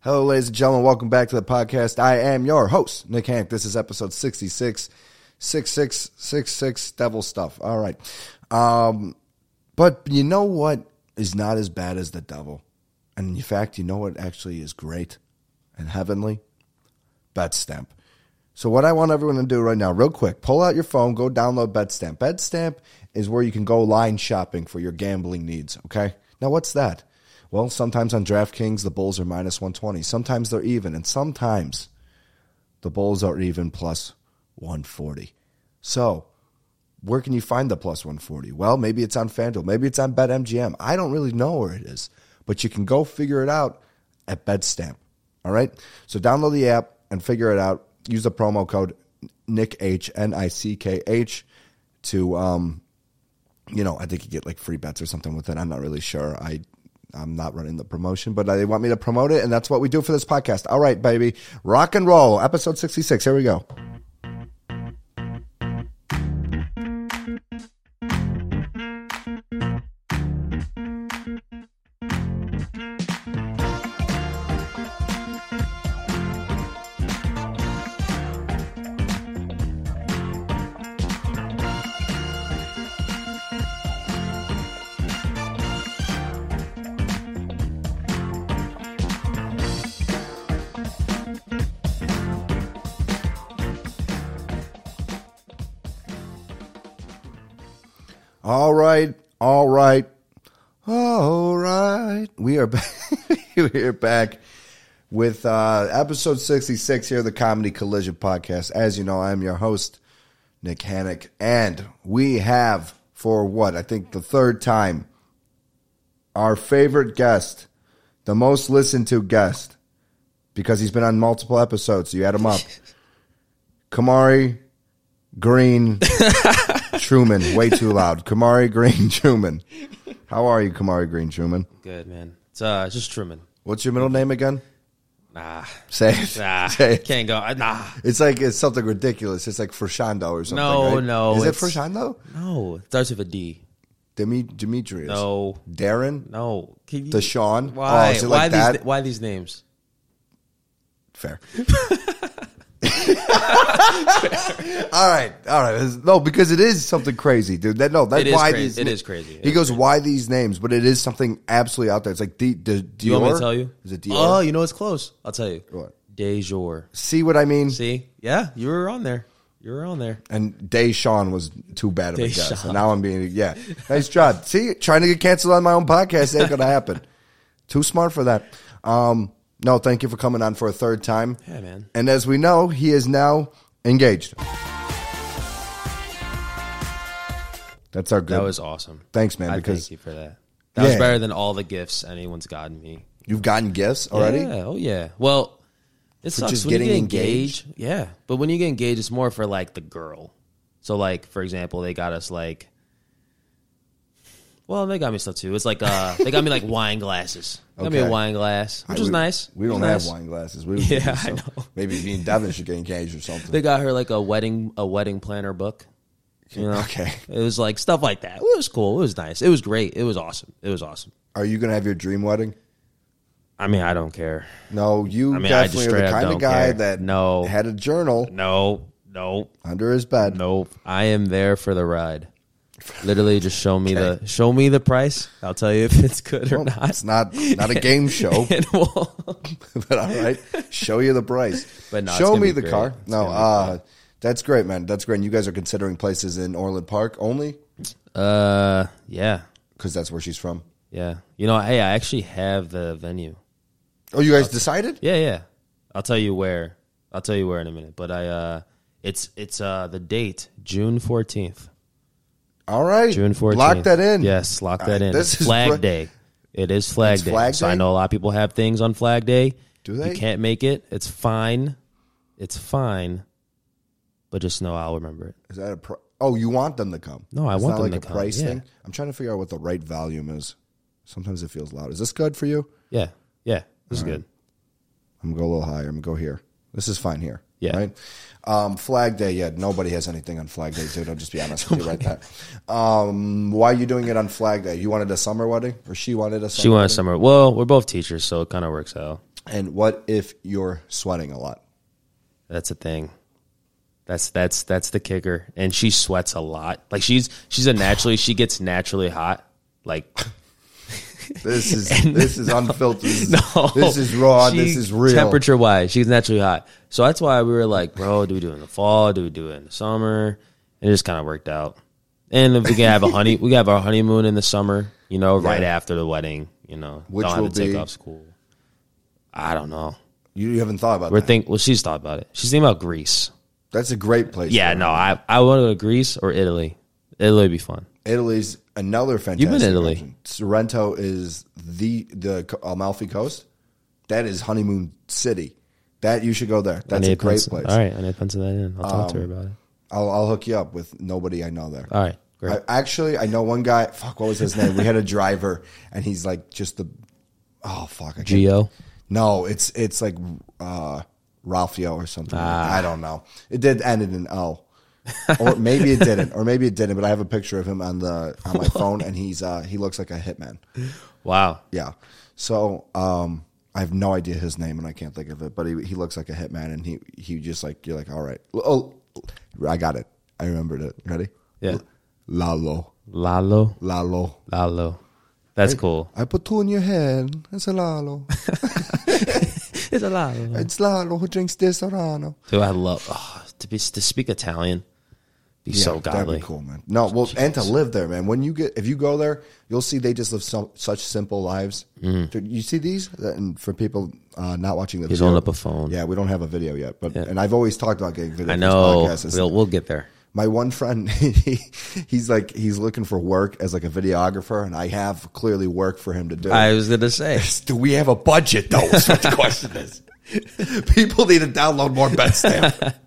Hello, ladies and gentlemen. Welcome back to the podcast. I am your host, Nick Hank. This is episode 66, 6666 devil stuff. All right. Um, but you know what is not as bad as the devil? And in fact, you know what actually is great and heavenly? Betstamp. So what I want everyone to do right now, real quick, pull out your phone, go download Betstamp. Betstamp is where you can go line shopping for your gambling needs. Okay. Now what's that? Well, sometimes on DraftKings the Bulls are minus one twenty. Sometimes they're even, and sometimes the Bulls are even plus one forty. So where can you find the plus 140? Well, maybe it's on FanDuel. Maybe it's on BetMGM. I don't really know where it is, but you can go figure it out at BetStamp. All right? So download the app and figure it out. Use the promo code NICKH, N I C K H, to, um, you know, I think you get like free bets or something with it. I'm not really sure. I. I'm not running the promotion, but they want me to promote it, and that's what we do for this podcast. All right, baby. Rock and roll, episode 66. Here we go. All right, all right, all right. We are back. we are back with uh, episode sixty-six here, of the Comedy Collision podcast. As you know, I'm your host, Nick Hannock, and we have for what I think the third time our favorite guest, the most listened to guest, because he's been on multiple episodes. You add him up, Kamari Green. Truman, way too loud. Kamari Green Truman. How are you, Kamari Green Truman? Good man. It's uh, it's just Truman. What's your middle name again? Nah, Say it. nah, Say it. can't go. I- Nah, It's like it's something ridiculous. It's like Frashando or something. No, right? no, Is it it's- Frashando? no. It starts with a D. Demi Demetrius. No, Darren? no. Can you, Deshaun? Why? Oh, is it why like these? that? Why these names? Fair. all right, all right. It's- No, because it is something crazy, dude. That no, that's It is why crazy. these. It is crazy. It He is goes, "Why these names?" But it is something absolutely out there. It's like D, D, Dior. You want me to tell you? Is it Dior? Oh, you know it's close. I'll tell you. What? De jour. See what I mean? See? Yeah, you were on there. You were on there. And Deshaun was too bad of a guess. Deshaun. And now I'm being yeah. Nice job. See, trying to get canceled on my own podcast ain't gonna happen. Too smart for that. Um, no, thank you for coming on for a third time. Yeah, man. And as we know, he is now engaged. That's our good. That was awesome. Thanks, man, I because- thank you for that. That Yeah. was better than all the gifts anyone's gotten me. You've gotten gifts already. Yeah. Oh yeah. Well, it sucks just when you getting get engaged. Yeah, but when you get engaged, it's more for like the girl. So like for example, they got us like. Well, they got me stuff too. It's like uh, they got me like wine glasses. Got me a Okay. wine glass, which I- is we- nice. We It was don't nice. have wine glasses. We Yeah, so I know. Maybe me and Devin should get engaged or something. They got her like a wedding a wedding planner book. You know? Okay. It was like stuff like that. It was cool. It was nice. It was great. It was awesome. It was awesome. Are you gonna have your dream wedding? I mean, I don't care. No, you I mean, I definitely just are the straight up kind of don't guy care. that No. had a journal No, no, under his bed. Nope. I am there for the ride. Literally, just show me the show me the price. I'll tell you if it's good or not. It's not not a game show, And we'll- but all right, show you the price. But no, it's show gonna me be the great. car. It's No, gonna be uh, that's great, man. That's great. And you guys are considering places in Orland Park only uh, yeah, because that's where she's from. yeah. You know, hey, I actually have the venue. Oh, you guys Uh, decided? Yeah, yeah. I'll tell you where. I'll tell you where in a minute. But I, uh, it's it's uh the date June fourteenth. All right, June fourteenth. Lock that in. Yes, lock that Uh, in. this is Flag br- Day. It is Flag It's Day. Flag so Day? I know a lot of people have things on Flag Day. Do they? You can't make it. It's fine. It's fine. But just know I'll remember it. Is that a? Pr- oh, you want them to come? No, I It's want not them like to a come, price yeah. thing. I'm trying to figure out what the right volume is. Sometimes it feels loud. Is this good for you? Yeah. Yeah. This is good. I'm gonna go a little higher. I'm gonna go here. This is fine here. Yeah. Right. Um, Flag Day. Yeah. Nobody has anything on Flag Day, dude. I'll just be honest with you right there. Um, why are you doing it on Flag Day? You wanted a summer wedding, or she wanted a summer? She wants summer. Well, we're both teachers, so it kind of works out. And what if you're sweating a lot? That's a thing. That's that's that's the kicker. And she sweats a lot. Like she's she's a naturally she gets naturally hot. Like This is this is unfiltered. This is, this is raw. She- this is real. Temperature wise, she's naturally hot. So that's why we were like, bro, do we do it in the fall? Do we do it in the summer? And it just kind of worked out. And if we can have a honey, we can have our honeymoon in the summer. You know, right Yeah. after the wedding. You know, Which don't have will to take be- off school. I don't know. You haven't thought about We're that. think. Well, she's thought about it. She's thinking about Greece. That's a great place. Yeah, for it. no, I I want to go to Greece or Italy. Italy would be fun. Italy's another fantastic. You've been to Italy. option. Sorrento is the the Co- Amalfi Coast. That is honeymoon city. That you should go there. That's I a need to great pencil- place. Um, All right, I need to pencil that in. I'll talk to her about it. I'll, I'll hook you up with nobody I know there. All right, great. I, actually, I know one guy. Fuck, what was his name? We had a driver, and he's like just the. Oh fuck! I can't- Geo. No, it's it's like uh, Ralphio or something. like that. I don't know. It did end in an L, or maybe it didn't, or maybe it didn't. But I have a picture of him on the on my phone, and he's uh, he looks like a hitman. Wow. Yeah. So um, I have no idea his name, and I can't think of it. But he he looks like a hitman, and he he just like you're like all right. Oh, I got it. I remembered it. Ready? Yeah. Lalo, Lalo. Lalo. Lalo. That's cool. I put two in your hand. It's a Lalo. It's a Lalo. It's Lalo who drinks this Serrano. Dude, I love oh, to be to speak Italian. Be so That'd godly. be cool, man. No, well, and to live there, man. When you get, if you go there, you'll see they just live so, such simple lives. Dude, you see these? And for people uh, not watching the Mm-hmm. He's video, holding up a phone. Yeah, we don't have a video yet, but and I've always talked about getting video. I for this know. podcast. It's- We'll, we'll get there. my one friend, he, he's like he's looking for work as like a videographer, and I have clearly work for him to do. I was gonna say. Do we have a budget though? Is what the question is. People need to download more Betstamp.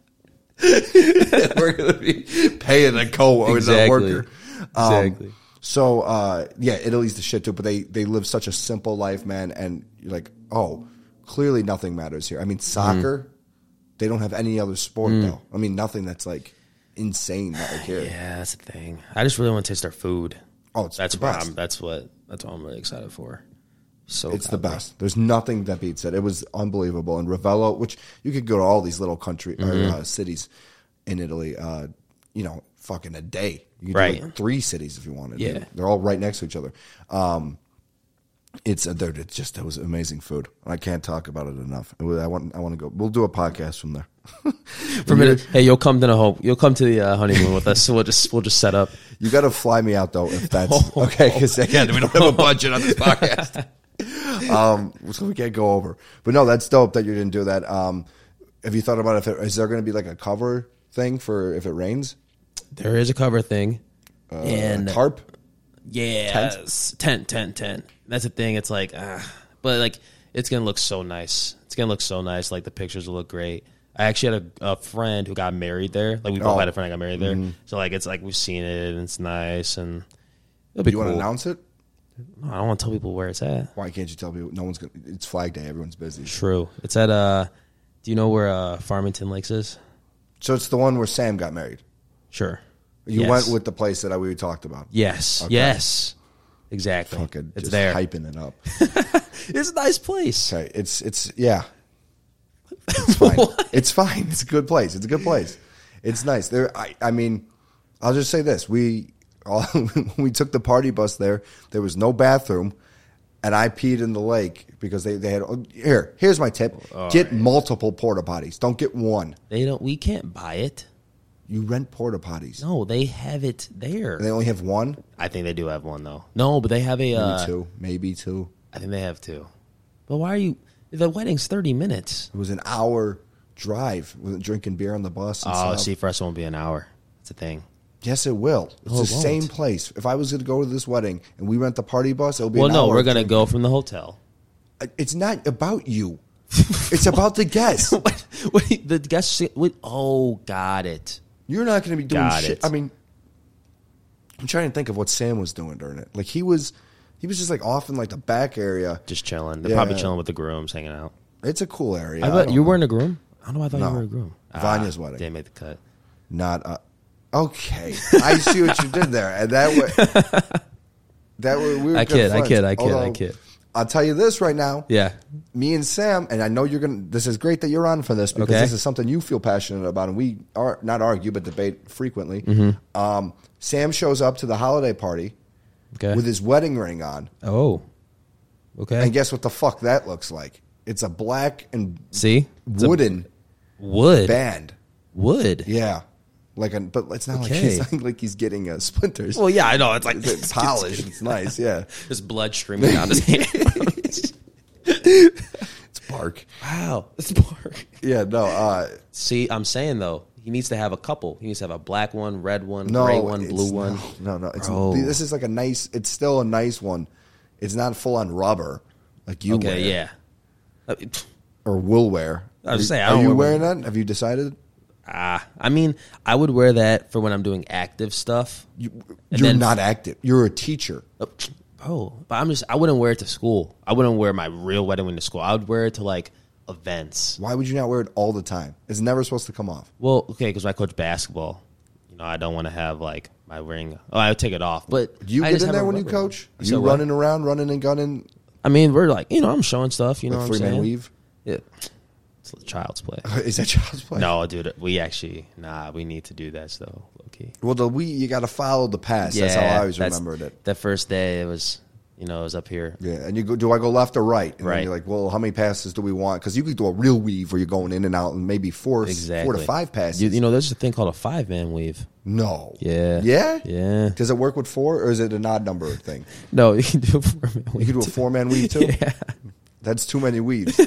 We're gonna be paying a co or the Exactly. worker. Um, Exactly. So uh, yeah, Italy's the shit too, but they they live such a simple life, man, and you're like, oh, clearly nothing matters here. I mean, soccer, Mm. they don't have any other sport though. I mean, nothing that's like insane that like here. Yeah, that's the thing. I just really want to taste their food. Oh, it's That's the what best. I'm that's what that's what I'm really excited for. So It's the best. There's nothing that beats it. It was unbelievable. And Ravello, which you could go to all these little country Mm-hmm. or uh, cities in Italy, uh, you know, fucking a day. You could Right. do like three cities if you wanted. to. Yeah. they're all right next to each other. Um, it's uh, dude, it's just it was amazing food. I can't talk about it enough. It was- I want I want to go. We'll do a podcast from there. For a minute, hey, you'll come to the home. You'll come to the uh, honeymoon with us. So we'll just we'll just set up. You got to fly me out though if that's Oh. okay. Because again, we don't have a budget on this podcast, um, so we can't go over. But no, that's dope that you didn't do that. Um, have you thought about if it, is there going to be like a cover thing for if it rains? There is a cover thing, A and tarp. yeah, tent, tent, tent, tent. That's the thing. It's like, ah, but like it's gonna look so nice. It's gonna look so nice. Like the pictures will look great. I actually had a, a friend who got married there. Like we both Oh. had a friend that got married there. So like it's like we've seen it and it's nice and it'll be You cool. want to announce it? No, I don't want to tell people where it's at. Why can't you tell people? No one's going. to It's Flag Day. Everyone's busy. True. It's at uh. Do you know where uh Farmington Lakes is? So it's the one where Sam got married. Sure. You Yes. went with the place that I, we talked about. Yes. Yes. Exactly. Fucking it's just there. hyping it up. It's a nice place. Okay, it's it's yeah. It's fine. it's fine. It's a good place. It's a good place. It's nice. There I I mean, I'll just say this. We all when we took the party bus there, there was no bathroom and I peed in the lake because they, they had oh, here, here's my tip. Oh, get multiple porta potties. Don't get one. They don't. We can't buy it. You rent porta potties. No, they have it there. And they only have one, I think they do have one though. No, but they have a. maybe Uh, two, maybe two. I think they have two. But why are you? The wedding's thirty minutes. It was an hour drive with drinking beer on the bus and Oh, stuff. see, for us it won't be an hour. It's a thing. Yes, it will. It's it the same won't. place. If I was going to go to this wedding and we rent the party bus, it'll be. Well, an no, hour. we're gonna go from the hotel. It's not about you. it's about the guests. what, what, the guest. What, oh, got it. You're not going to be doing Got shit. it. I mean, I'm trying to think of what Sam was doing during it. Like he was, he was just like off in like the back area. Just chilling. They're Yeah. probably chilling with the grooms, hanging out. It's a cool area. I I bet don't- you weren't a groom. I don't know. why I thought No. you were a groom. Vanya's wedding. Didn't make Ah, the cut. not a, okay. I see what you did there, and that way, that way we were I good kid, I friends. kid, I kid, I Although, kid. I'll tell you this right now. Yeah. Me and Sam, and I know you're gonna. This is great that you're on for this because Okay. this is something you feel passionate about, and we are not argue but debate frequently. Mm-hmm. Um, Sam shows up to the holiday party Okay. with his wedding ring on, oh. Okay. and guess what the fuck that looks like? It's a black and See? It's a wooden Wood. band. wood. Yeah, like, a, but it's not like Okay. he's not like he's getting uh, splinters. Well, yeah, I know. It's like it's polished. It's nice. Yeah, There's blood streaming down his hand. it's bark. wow. It's bark. Yeah, no. Uh, See, I'm saying though, he needs to have a couple. He needs to have a black one, red one, no, gray one, it's blue one. not- No, no, it's Bro. this is like a nice. It's still a nice one. It's not full on rubber like you wear Okay, yeah. Uh, pff, or will wear. I was Are- saying, I are don't you wear wearing that? Have you decided? Ah, I mean, I would wear that for when I'm doing active stuff. You, And you're then- not active. You're a teacher. Uh, pff, Oh, but I'm just I wouldn't wear it to school. I wouldn't wear my real wedding ring to school. I would wear it to like events. Why would you not wear it all the time? It's never supposed to come off. Well, okay, because I coach basketball. You know, I don't want to have like my ring. Oh, I would take it off. But Do you I get just in have there a when you rubber one. coach? You you said what? running around, running and gunning, I mean, we're like, you know, I'm showing stuff. You know, like what I'm Freeman saying? Weave? Yeah, it's a child's play. Is that child's play? no, dude, we actually nah, we need to do that though, Loki. Well, the we you got to follow the pass. that's how I always remembered it. That first day, it was, you know, it was up here. Yeah, and you go. Do I go left or right? And Then Right. you're like, well, how many passes do we want? Because you could do a real weave where you're going in and out, and maybe four, Exactly, four to five passes. You, you know, there's a thing called a five man weave. no. Yeah. Yeah. Yeah. Does it work with four, or is it an odd number thing? No, you can do a four man You weave. could do a four man weave too. Yeah. That's too many weaves.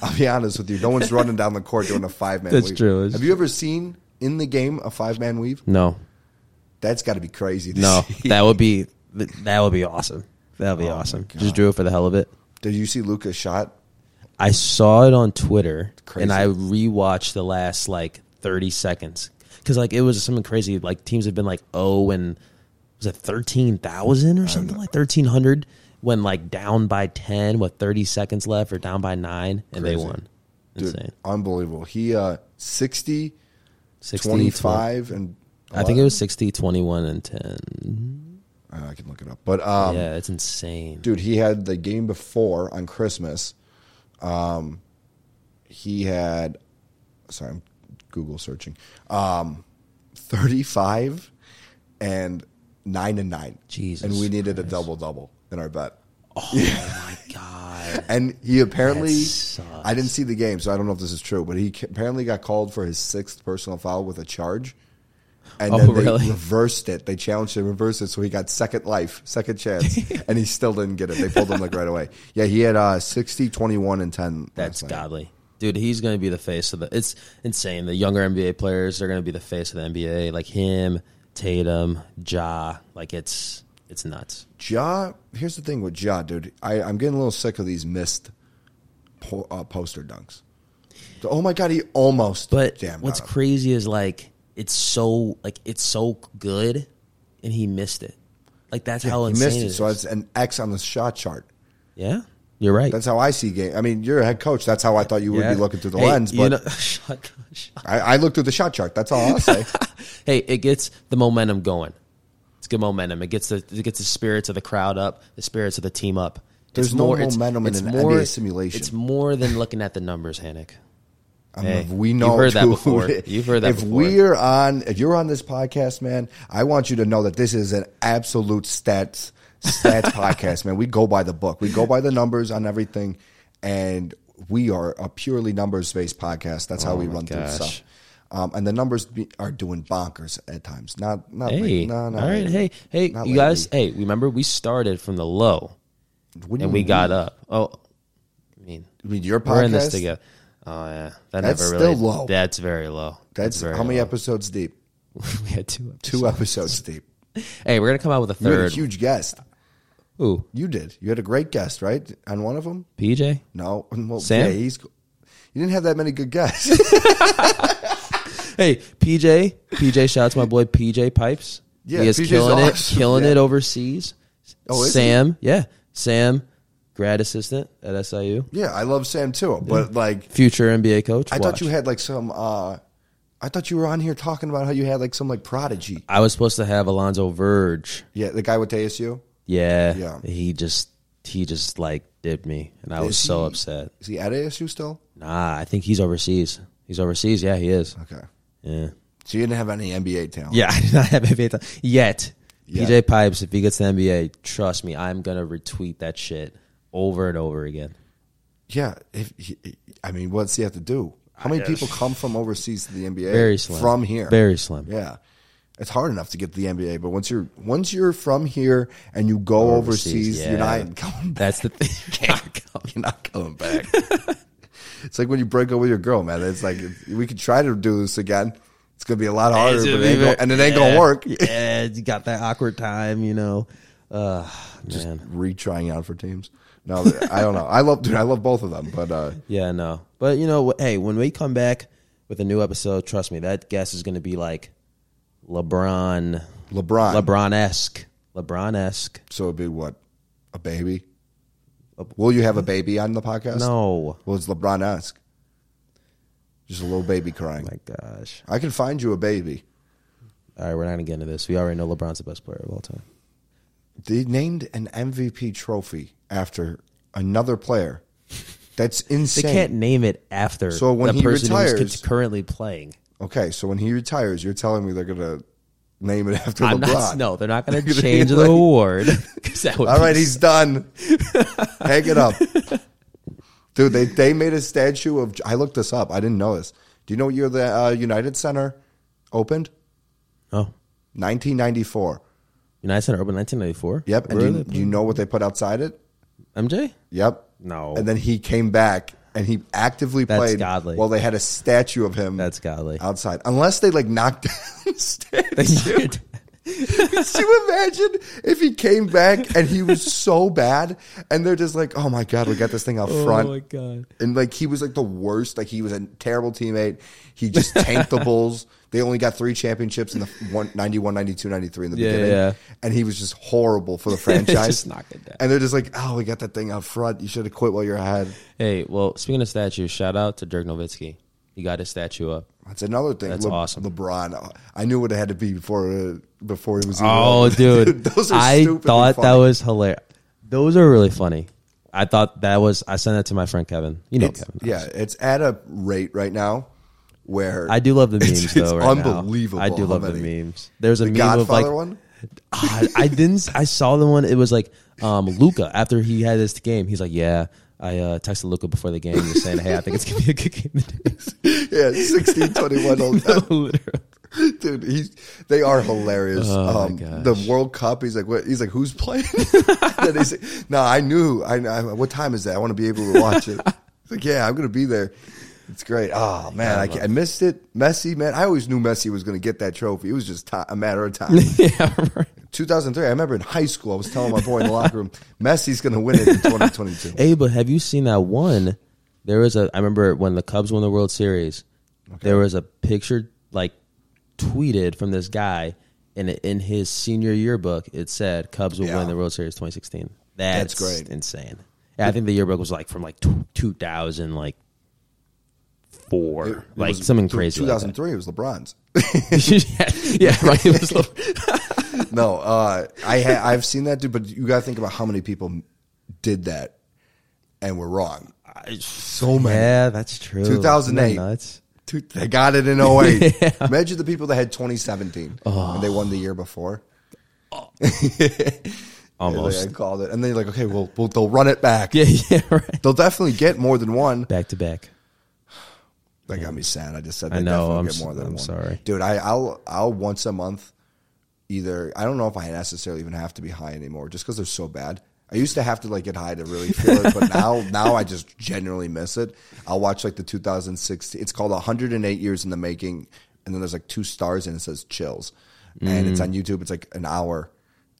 I'll be honest with you. No one's running down the court doing a five man. That's weave. true, it's Have you ever seen in the game a five man weave? No, That's got to be crazy. to no, see. that would be that would be awesome. That Oh would be awesome. Just do it for the hell of it. Did you see Luca's shot? I saw it on Twitter Crazy. and I rewatched the last like 30 seconds because like it was something crazy. Like teams have been like oh and was it 13,000 or something like 1,300 when like down by 10 with 30 seconds left or down by nine and they Crazy. won. Dude, Insane. unbelievable. He uh 60, 60, 25, and I think it was 60, 21, and 10. Uh, I, know, I can look it up. But um, yeah, it's insane. dude, he had the game before on Christmas. Um, he had, sorry, I'm Google searching, um, 35 and 9 and 9. Jesus And we needed a double double in our bet. Oh My God. And he apparently, That sucks. I didn't see the game, so I don't know if this is true, but he ca- apparently got called for his sixth personal foul with a charge. And Oh, then they really? reversed it. They challenged him, reversed it, so he got second life, second chance, and he still didn't get it. They pulled him like right away. Yeah, he had uh, 60, 21, and 10. That's last night. godly. Dude, he's going to be the face of the. It's insane. The younger NBA players are going to be the face of the NBA. Like him, Tatum, Ja. Like it's it's nuts. Ja, here's the thing with Ja, dude. I, I'm getting a little sick of these missed po- uh, poster dunks. So, oh my God, he almost But jammed what's on him. crazy is like it's so like it's so good, and he missed it. Like that's how He insane missed it it, is. so it's an X on the shot chart. yeah, you're right. That's how I see game. I mean, you're a head coach. That's how I thought you would Yeah. be looking through the Hey, lens. But you know- shut, shut. I, I look through the shot chart. That's all I'll say. hey, it gets the momentum going. It's good momentum. It gets the it gets the spirits of the crowd up, the spirits of the team up. There's it's no more, it's- momentum in it's an more, NBA simulation. It's more than looking at the numbers, Hannick. I Hey, mean, Um, we know. you've heard that dude, before. You've heard that If before. we're on, if you're on this podcast, man, I want you to know that this is an absolute stats stats podcast, man. We go by the book. We go by the numbers on everything, and we are a purely numbers based podcast. That's how we Oh my run through gosh. stuff. Um, and the numbers be, are doing bonkers at times. Not, not. Hey, late. no, no. all right, hey, hey, Not you guys, hey, remember we started from the low What do and you we mean? got up. Oh, I mean, I mean, your Mm-hmm. podcast. we're in this together. Oh yeah, that That's never really. still low. That's very low. That's very how many low. episodes deep? we had two. Episodes. Two episodes deep. Hey, we're gonna come out with a You had a third. huge guest. Ooh, You did. You had a great guest, right? On one of them? PJ. No. Well, Sam? Yeah, he's. You didn't have that many good guests. Hey, PJ, PJ, shout out to my boy PJ Pipes. Yeah, he is PJ's killing awesome. it, killing Yeah. it overseas. Oh, is he? Sam, yeah, Sam, grad assistant at SIU, yeah, I love Sam too, but like, future NBA coach. I Mm. Watch. thought you had like some. uh I thought you were on here talking about how you had like some like prodigy. I was supposed to have Alonzo Verge. Yeah, the guy with ASU. Yeah, Yeah. He just he just like dipped me, and I was Is so he- upset. Is he at ASU still? Nah, I think he's overseas. He's overseas. Yeah, he is. Okay. Yeah. So you didn't have any NBA talent. Yeah, I did not have NBA time yet. Yet. PJ Pipes, if he gets the NBA, trust me, I'm gonna retweet that shit over and over again. Yeah. If he, I mean, what's he have to do? How many people come from overseas to the NBA? Very slim. From here. Very slim. Yeah. It's hard enough to get to the NBA, but once you're once you're from here and you go overseas, Overseas, you're yeah. not going back. That's the thing. You're not going back. it's like when you break up with your girl, man. It's like we could try to do this again. It's gonna be a lot harder, but it ain't gonna, and it ain't gonna Yeah. work. Yeah, you got that awkward time, you know. Uh, man. Retrying out for teams. No, I don't know. I love, dude. I love both of them, but uh, Yeah, no. But you know, wh- hey, when we come back with a new episode, trust me, that guest is gonna be like LeBron, LeBron. LeBron esque, LeBron esque. So it'd be what? A baby? Will you have a baby on the podcast? No, Well, it's LeBron esque. Just a little baby crying. my gosh. I can find you a baby. All right, we're not gonna get into this. We already know LeBron's the best player of all time. They named an MVP trophy after another player. That's They insane. can't name it after So when the he person who's retires- cu- currently playing. Okay, so when he retires, you're telling me they're gonna name it after I'm LeBron? not, no, they're not going to They're gonna change be the like- award. 'Cause that would All be right, he's done. Hang it up, dude. They they made a statue of. I looked this up. I didn't know this. Do you know what year the uh, United Center opened? Oh, 1994. United Center opened 1994. Yep. And Where do you, are they do you know what they put outside it? playing? MJ. Yep. No. And then he came back and he actively That's played godly. while they had a statue of him That's godly. outside. Unless they like knocked down the statue. Could you imagine if he came back and he was so bad and they're just like, oh my God, we got this thing out front. Oh my god. And like he was like the worst. Like he was a terrible teammate. He just tanked the Bulls. They only got three championships in the one, 91, 92, 93 in the Yeah, beginning. yeah. And he was just horrible for the franchise. Just knock it down. And they're just like, oh, we got that thing out front. You should have quit while you're ahead. Hey, well, speaking of statues, shout out to Dirk Nowitzki. He got his statue up. That's another thing. That's awesome. LeBron. I knew what it had to be before uh, before he was. even Oh, old. dude, Those are I stupidly thought that funny. was hilarious. Those are really funny. I thought that was. I sent that to my friend Kevin. You know It's- Kevin. yeah, it's at a rate right now where I do love the memes It's- though. it's right now. unbelievable I do how love many- the memes. There's a meme Godfather of like one? Ah, I didn't. I saw the one. It was like um, Luca after he had this game. He's like, yeah. I uh, texted Luca before the game, just saying, "Hey, I think it's gonna be a good game today." yeah, sixteen twenty one old Literally. dude. He's they are hilarious. Oh, my um, the World Cup. He's like, what? He's like, who's playing? then he's like, no, I knew. I, I what time is that? I want to be able to watch it. He's like, yeah, I'm gonna be there. It's great. Oh man, I, can't- I missed it. Messi, man. I always knew Messi was gonna get that trophy. It was just ti a matter of time. yeah, right. 2003. I remember in high school, I was telling my boy in the locker room, Messi's gonna win it in 2022. Hey, but have you seen that one? There was a. I remember when the Cubs won the World Series. There was a picture like tweeted from this guy, and it- in his senior yearbook, it said Cubs will Yeah. win the World Series 2016. That's That's, great. Insane. Yeah, I think the yearbook was like from like tw 2000, like four, It like was something two- crazy. 2003. It was LeBron's. Like that. yeah, yeah, right. It was like- no, uh, I ha- I've seen that dude, but you got to think about how many people did that and were wrong. So many. yeah, that's true. Isn't that 2008. Nuts. Dude, they got it in 08. Imagine the people that had 2017 and they won the year before. Almost. They called it, and they're like, okay, well, well, they'll run it back. Yeah, yeah, right. They'll definitely get more than one. Back to back. That got me sad. I just said they know, definitely I'm get s- more than I'm one. sorry. dude. I, I'll I'll once a month. Either I don't know if I necessarily even have to be high anymore, just because they're so bad. I used to have to like get high to really feel it, but now now I just genuinely miss it. I'll watch like the 2016. It's called 108 years in the making, and then there's like two stars and it says chills, and it's on Mm. YouTube. It's like an hour,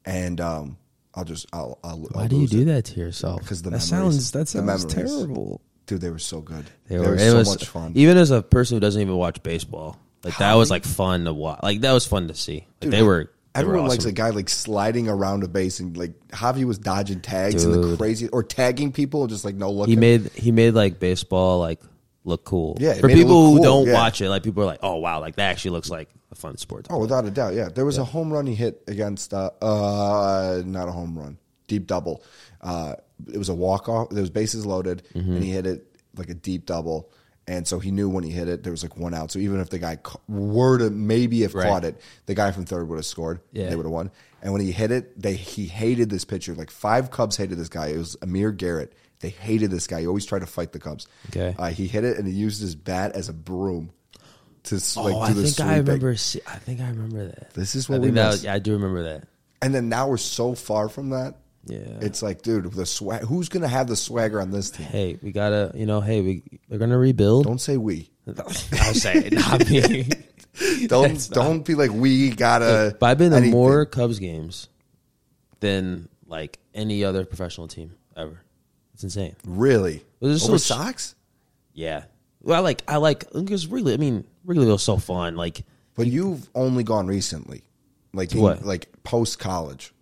and um, I'll just I'll I'll. Why do you do that to yourself? 'Cause the memories. that sounds that The sounds memories. terrible. Dude, they were so good. They They were- were it so was- much fun. Even as a person who doesn't even watch baseball, like that was like fun to watch. Like that was fun to see. Like, they were. They Everyone were awesome. likes a guy like sliding around a base and like Javi was dodging tags and the Dude. crazy or tagging people and just like no look. He at- made he made like baseball like look cool. Yeah, it for made it people look who cool, don't yeah. watch it, like people are like, oh wow, like that actually looks like a fun sport. oh, without a doubt, yeah. There was a home run he hit against uh, uh not a home run, deep double, uh, it was a walk off. There was bases loaded, Mm-hmm. and he hit it like a deep double. And so he knew when he hit it, there was like one out. So even if the guy ca- were to maybe have Right. caught it, the guy from third would have scored. Yeah. They would have won. And when he hit it, they he hated this pitcher. Like five Cubs hated this guy. It was Amir Garrett. They hated this guy. He always tried to fight the Cubs. Okay. Uh, he hit it and he used his bat as a broom to s- like Oh, do I the think I sweeping. remember. See, I think I remember that. This is I what we think that missed. was, yeah, I do remember that. And then now we're so far from that. Yeah. It's like, dude, the swag. Who's gonna have the swagger on this team? hey, we gotta, you know, hey, we they're gonna rebuild. Don't say we. I was saying, not me. Don't don't be like we gotta. But I've been to anything. more Cubs games than like any other professional team ever. It's insane. really Well, there's so over much- Sox. Yeah. Well, I like, I like, because Wrigley, I mean, Wrigley was so fun. Like, But you've only gone recently, like in- what? like post college,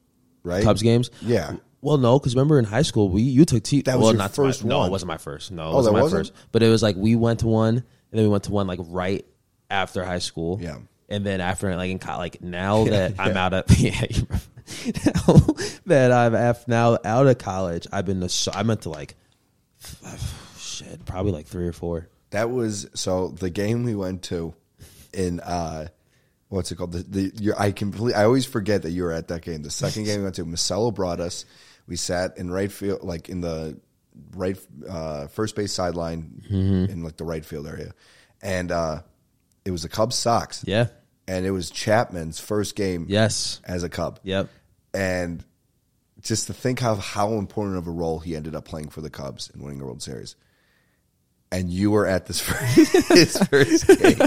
right? Cubs games. Yeah. Well, no, because remember in high school we you took T. That was well, your not first my, No, one. Oh, it wasn't my first. No, it that wasn't my wasn't? first. But it was like we went to one, and then we went to one like right after high school. Yeah. And then after like in college, like now that I'm out of yeah, you remember. now that I'm af- now out of college, I've been to so, I went to like shit, probably like three or four. That was so the game we went to in uh what's it called? The, the your I complete I always forget that you were at that game. The second game we went to, Macello brought us. We sat in right field like in the right uh first base sideline in like the right field area. And uh it was the Cubs Sox. Yeah. And it was Chapman's first game Yes. as a Cub. Yep. And just to think of how important of a role he ended up playing for the Cubs and winning the World Series. And you were at this first, his first game.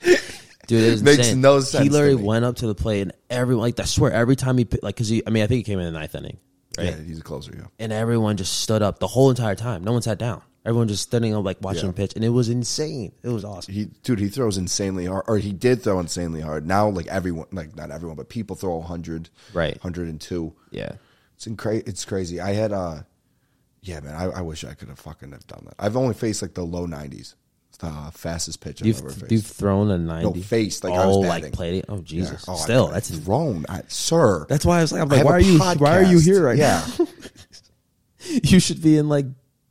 Dude, it was Makes insane. no sense He to literally me. went up to the plate, and everyone like I swear every time he pi- like because he I mean I think he came in the ninth inning, right? Yeah, he's a closer, yeah. and everyone just stood up the whole entire time. No one sat down. Everyone just standing up, like watching Yeah. him pitch, and it was insane. It was awesome. He dude, he throws insanely hard or he did throw insanely hard. Now like everyone like not everyone, but people throw hundred. Right. Hundred and two. Yeah, It's incra- it's crazy. I had uh yeah, man, I, I wish I could have fucking have done that. I've only faced like the low nineties. It's the uh, fastest pitch I've you've ever faced. you've thrown a ninety. faced, like oh, I was like batting. played it. Oh Yeah. Jesus! Oh, I- Still, I that's thrown, I, sir. that's why I was like, I'm I like, have why a are you why are you podcast. here right yeah. now? You should be in like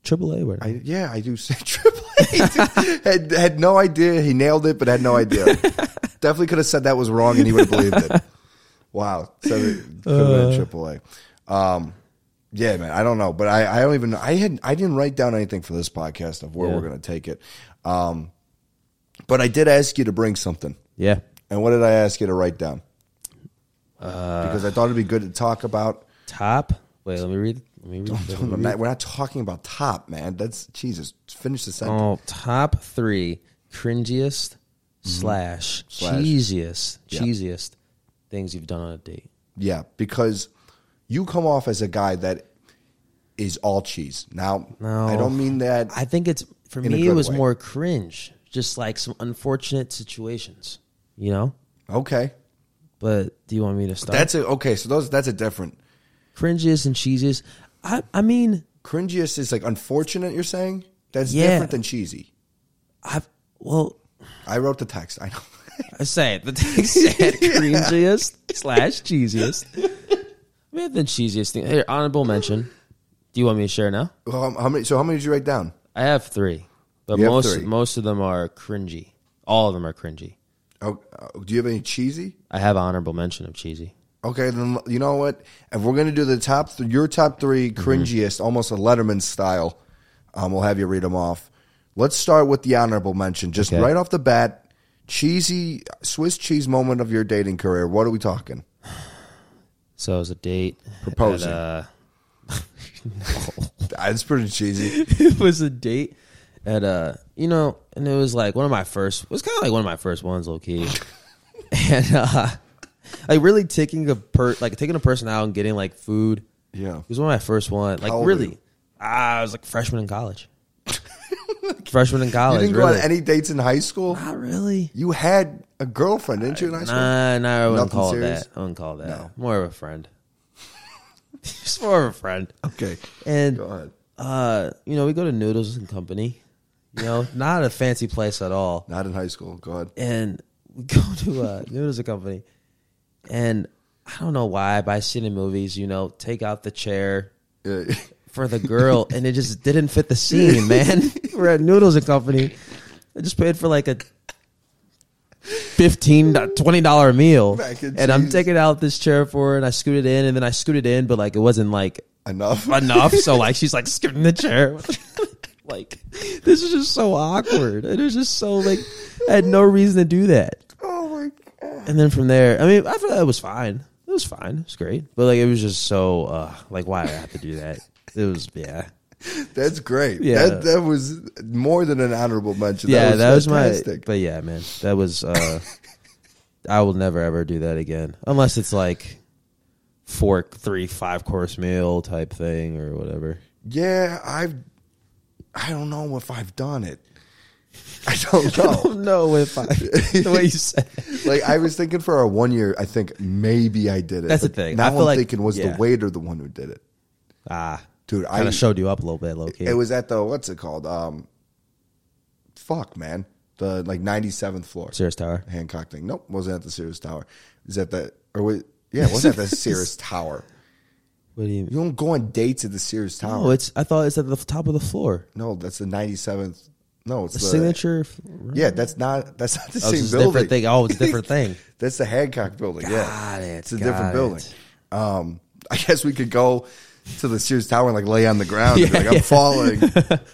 AAA right now. I, yeah, I do say triple A. had, had no idea. He nailed it, but had no idea. Definitely could have said that was wrong and he would have believed it. Wow. So it could have Uh. been triple A. Um, yeah, man. I don't know, but I, I don't even know. I had I didn't write down anything for this podcast of where Yeah. we're gonna take it. Um, but I did ask you to bring something. yeah, And what did I ask you to write down? Uh. because I thought it'd be good to talk about. top. Wait, let me read. Let me read. let me We're not, we're not talking about top, man. That's Jesus. Finish the sentence. Oh, top three cringiest slash, Mm-hmm. Slash. cheesiest Yeah. cheesiest things you've done on a date. Yeah, because you come off as a guy that is all cheese. Now, No. I don't mean that. I think it's for In a me. It good was way. more cringe, just like some unfortunate situations, you know. Okay, But do you want me to start? that's a okay. So those that's a different. cringiest and cheesiest. I I mean, Cringiest is like unfortunate. You're saying that's Yeah. different than cheesy. I've well, I wrote the text. I know. I say it. The text said cringiest slash cheesiest. I mean, the cheesiest thing. Here, honorable mention. Do you want me to share now? well, how- how many? So how many did you write down? I have three, but You have most three. most of them are cringy. All of them are cringy. Oh, uh, do you have any cheesy? I have honorable mention of cheesy. Okay, then you know what? If we're gonna do the top, th- your top three Mm-hmm. cringiest, almost a Letterman style, um, we'll have you read them off. Let's start with the honorable mention, just Okay. right off the bat. Cheesy Swiss cheese moment of your dating career. What are we talking? So it was a date. Proposing. At, uh, That's pretty cheesy. it was a date at uh you know and it was like one of my first it was kind of like one of my first ones low key and uh like really taking a per like taking a person out and getting like food it Yeah, was one of my first one like How old were you? really Ah, I was like freshman in college freshman in you college didn't go really on any dates in high school. not really You had a girlfriend, didn't you? In high school, nah nah I wouldn't Nothing call serious? it that I wouldn't call it that No. more of a friend just more of a friend okay. and Go ahead. uh you know we go to Noodles and Company you know not a fancy place at all Not in high school. Go ahead. and we go to uh noodles and company and i don't know why but i see it in movies you know take out the chair Yeah. for the girl, and it just didn't fit the scene, man. We're at Noodles and Company. I just paid for like a fifteen uh, twenty dollar meal, Mac and and, I'm cheese. taking out this chair for her, and I scooted in, and then I scooted in, but like it wasn't like Enough. enough. so like she's like skirting the chair. like this is just so awkward. It was just so like I had no reason to do that. Oh my god. And then from there, I mean, I thought it was fine. It was fine. It's great. But like it was just so uh like why did I have to do that? It was yeah. That's great. Yeah. That that was more than an honorable mention. yeah, that was, my fantastic. but yeah, man. That was uh I will never ever do that again. Unless it's like four three five course meal type thing or whatever. Yeah, I've I don't know if I've done it. I don't know. no if I the way you said it. like I was thinking for our one year, I think maybe I did it. That's but the thing. Now I feel am like- thinking was yeah. the waiter the one who did it, Ah, dude. kind I of showed you up a little bit, low key. it was at the what's it called? Um, fuck man, the like ninety seventh floor. Sears Tower. Hancock thing. Nope, wasn't at the Sears Tower. Is that the or was, yeah, it wasn't at the Sears Tower. What do you? mean? You don't go on dates at the Sears Tower. No, it's. I thought it's at the top of the floor. No, that's the ninety seventh. No, it's The the, signature. f- Yeah, that's not that's not the Oh, it's same just a different building. thing. Oh, it's a different thing. That's the Hancock building. yeah, Got it, It's a got different it. building. Um, I guess we could go to the Sears Tower and like lay on the ground. and be Yeah, like I'm yeah. falling,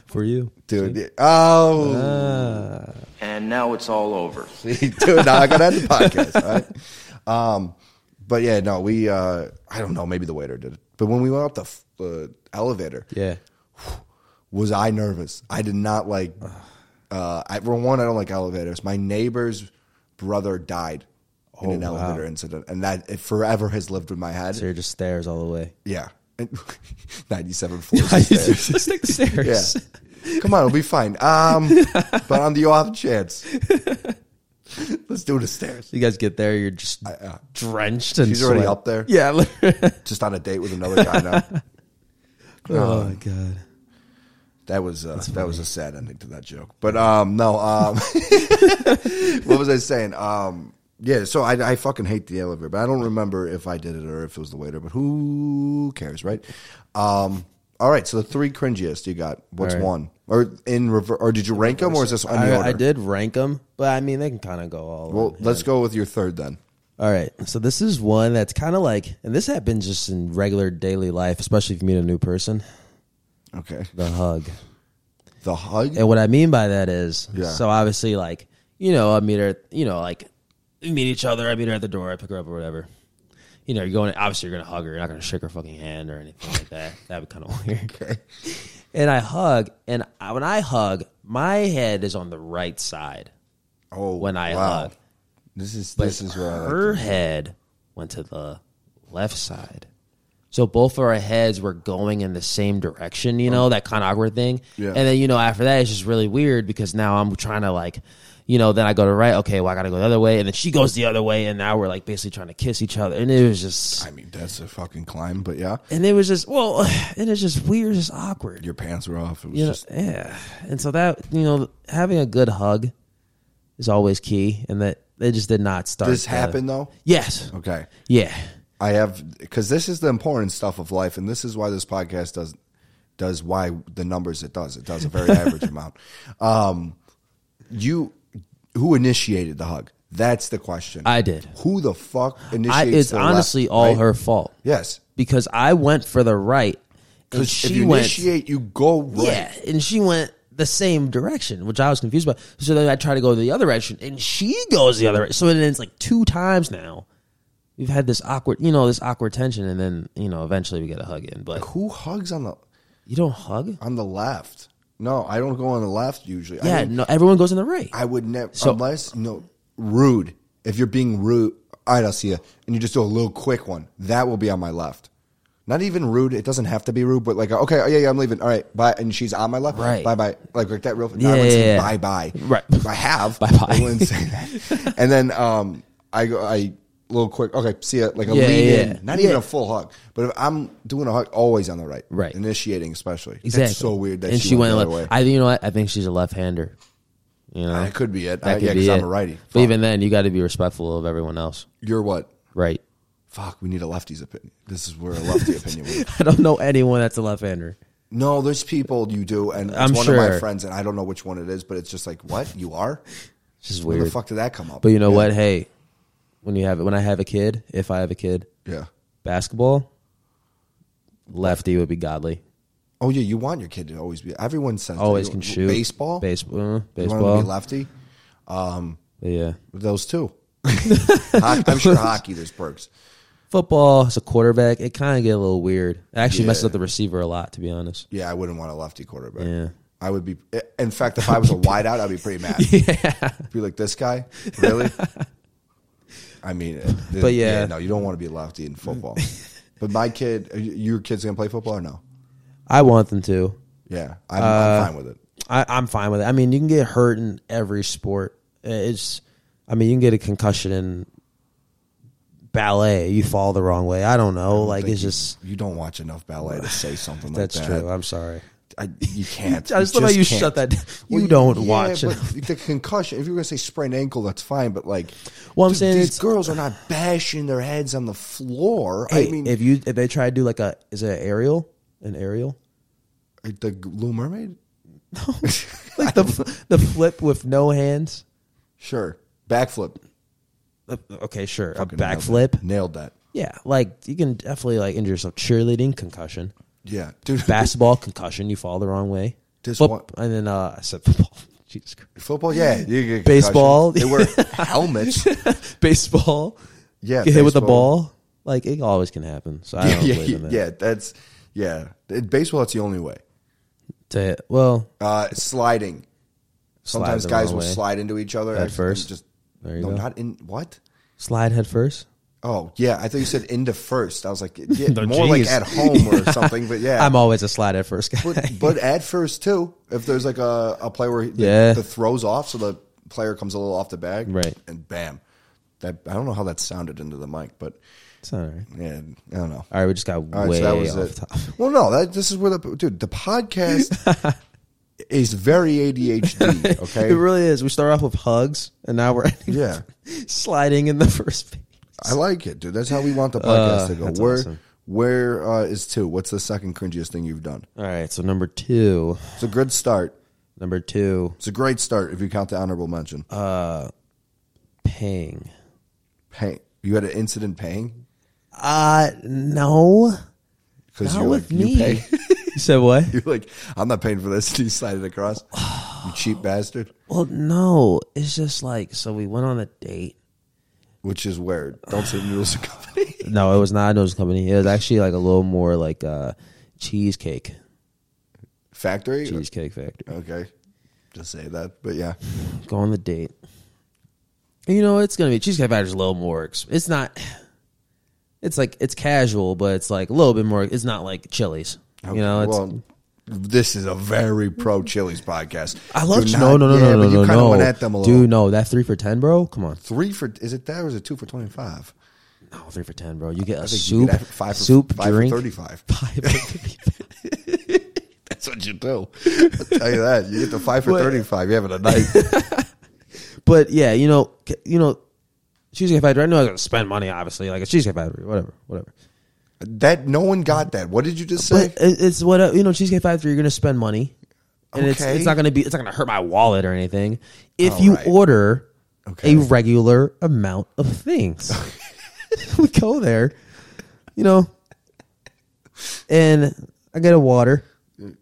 For you. dude. Oh, Uh. And now it's all over. dude, now I gotta end the podcast. All right? Um, but yeah, no, we. Uh, I don't know. Maybe the waiter did it. But when we went up the f- uh, elevator, Yeah. was I nervous? I did not like. Uh, I, for one, I don't like elevators. My neighbor's brother died in an Oh, wow. elevator incident, and that it forever has lived in my head. So you're just stairs all the way. Yeah, ninety-seven floors. of stairs. just take the stairs. Yeah. Come on, it'll be fine. Um, but on the off chance, let's do the stairs. You guys get there, you're just drenched and. uh, She's already sweat. up there, Yeah. literally. just on a date with another guy now. oh my god. That was uh, that was a sad ending to that joke. But um, no, um, what was I saying? Um, yeah, so I, I fucking hate the elevator, but I don't remember if I did it or if it was the waiter. But who cares, right? Um, all right, so the three cringiest you got. What's All right. one? Or in rever- Or did you rank them, or is this on the order? I, I did rank them, but I mean they can kind of go all. Well, let's go with your third then. All right. So this is one that's kind of like, and this happens just in regular daily life, especially if you meet a new person. Okay. The hug. The hug. And what I mean by that is, Yeah. so obviously, like, you know, I meet her, you know, like, we meet each other, I meet her at the door, I pick her up or whatever. You know, you're going, obviously, you're going to hug her, you're not going to shake her fucking hand or anything like that. That'd be kind of weird. And I hug, and I, when I hug, my head is on the right side oh, when I hug. This is this is where I like- her head went to the left side. So both of our heads were going in the same direction, you know, that kind of awkward thing. Oh. Yeah. And then, you know, after that, it's just really weird because now I'm trying to like, you know, then I go to right. Okay, well, I got to go the other way. And then she goes the other way. And now we're like basically trying to kiss each other. And it was just, I mean, that's a fucking climb, but yeah, and it was just, well, and it's just weird, just awkward. your pants were off. It was You know, just yeah. And so that, you know, having a good hug is always key. And that they just did not start. this the- happened though. Yes. Okay, Yeah. I have because this is the important stuff of life, and this is why this podcast does does why the numbers it does. It does a very average amount. Um, you who initiated the hug? That's the question. I did. Who the fuck initiates? I, it's the left, honestly all right? her fault Yes, because I went for the right and because she if you went initiate, you go right. yeah, and she went the same direction, which I was confused about. So then I try to go the other direction, and she goes the other. direction. So then it's like two times now. We've had this awkward, you know, this awkward tension, and then you know, eventually we get a hug in. But Who hugs on the you don't hug. on the left? No, I don't go on the left usually. I Yeah, mean, no, everyone goes on the right. I would never unless no rude. If you're being rude, all right, I'll see you. And you just do a little quick one. That will be on my left. Not even rude. It doesn't have to be rude, but like okay, oh, yeah, yeah, I'm leaving. All right, bye. And she's on my left. Right. Bye bye. Like like that real. Yeah, I wouldn't yeah, say yeah. Bye bye. Right. If I have Bye-bye. I wouldn't say that. and then um, I go I little quick. Okay, see ya. Like a Yeah, lean yeah, yeah. in. Not even a full hug. But if I'm doing a hug, always on the right. Right. Initiating especially. exactly. That's so weird that and she, she went, went, the other left. way. I, you know what? I think she's a left-hander. You know, that could be it. That I, could yeah, be because I'm it. a righty. But even then, you got to be respectful of everyone else, You're what? right? Fuck, we need a lefty's opinion. This is where a lefty opinion would. I don't know anyone that's a left hander. No, there's people you do, and it's I'm one of my sure. friends, and I don't know which one it is, but it's just like, what you are? It's just Where weird. the fuck did that come up? But you know Yeah. what? Hey, when you have when I have a kid, if I have a kid, Yeah. basketball, lefty would be godly. Oh yeah, you want your kid to always be. Everyone says that. Always You- can shoot. Baseball, baseball, uh, You want him to be baseball. lefty. Yeah, Those two. Hockey, I'm sure hockey. There's perks. football as a quarterback, it kind of get a little weird. It actually messes Yeah. up the receiver a lot, to be honest. Yeah, I wouldn't want a lefty quarterback. Yeah. I would be. In fact, if I was a wideout, I'd be pretty mad. Yeah, Be like this guy, really? I mean, it- But yeah. no, you don't want to be a lefty in football. but my kid, are you- your kid's gonna play football or no? I want them to. Yeah, I'm, I'm fine with it. Uh, I, I'm fine with it. I mean, you can get hurt in every sport. It's, I mean, you can get a concussion in ballet. You fall the wrong way. I don't know. like think it's you- just you don't watch enough ballet to say something that's like that. true. I'm sorry. I, you can't. I just love how you can't. shut that. down. You Well, don't yeah, watch it. but the concussion. If you're gonna say sprained ankle, that's fine. But like, Well, I'm dude, saying these it's- girls are not bashing their heads on the floor. Hey, I mean, if you if they try to do like a is it an aerial an aerial the Little Mermaid. like the the flip with no hands? Sure, backflip, Uh, Okay, sure, Fucking a nailed that. backflip. nailed that. Yeah, like you can definitely like injure yourself. Cheerleading concussion, Yeah, dude. basketball concussion. You fall the wrong way. Just Foot- one- and then uh, I said football. Jesus Christ. Football, yeah, you get concussion. Baseball. They wear helmets. Baseball. Yeah, get hit with the baseball. ball. Like it always can happen. So I yeah, don't yeah, believe in that. yeah, that's yeah. In baseball, that's the only way. To hit- well, Uh, sliding. slide Sometimes the guys wrong will way. slide into each other Head and- and first. Just There you no, go. not in what? slide head first. Oh yeah, I thought you said into first. I was like, yeah, No, more like jeez. at home or something. But yeah, I'm always a slide head first guy. but, but at first too, if there's like a, a play where the, Yeah. the throws off, so the player comes a little off the bag, Right. and bam. That I don't know how that sounded into the mic, but it's all right. yeah, I don't know. All right, we just got All right, way so that was off it. top. Well, no, that, this is where the dude the podcast is very ADHD. Okay, It really is. We start off with hugs, and now we're Yeah. sliding in the first. page. I like it, dude. That's how we want the podcast Uh, to go. that's Where awesome. where uh, is two? What's the second cringiest thing you've done? All right, so number two, It's a good start. number two, It's a great start if you count the honorable mention. Uh, paying. Pay. You had an incident paying Uh no, because not you're like with me. you pay. You said what? You're like I'm not paying for this. And you slided across. you cheap bastard. Well, no, it's just like so. We went on a date. Which is where don't say noodles and company. No, it was not a nose company. It was actually like a little more like uh, cheesecake, Factory. cheesecake factory. Okay, just say that. But yeah, Go on the date. And You know, it's gonna be cheesecake factory's a little more. ex- It's not. It's like it's casual, but it's like a little bit more. It's not like Chili's. Okay, You know, it's, well, this is a very pro Chili's podcast. I love Do you. not- no, no, no, yeah, no, but no, you no, kinda no. went at them a little. Dude, no, that three for ten, bro. Come on, three for is it that or is it two for twenty five? no, three for ten, bro. You get a think soup, you could have five for- soup, five for drink, 35. five for 35. That's what you do. I'll tell you that. You get the five for What? thirty five. You have it a night. But yeah, you know, c- you know, cheesecake factory. I know I gotta spend money, obviously, like a cheesecake factory, whatever, whatever. that no one got that. What did you just say? But it- it's what uh, you know, cheesecake factory. You're gonna spend money, and it's Okay. it's not gonna be it's not gonna hurt my wallet or anything if All you right. order Okay. a regular amount of things. we go there, you know, and I get a water.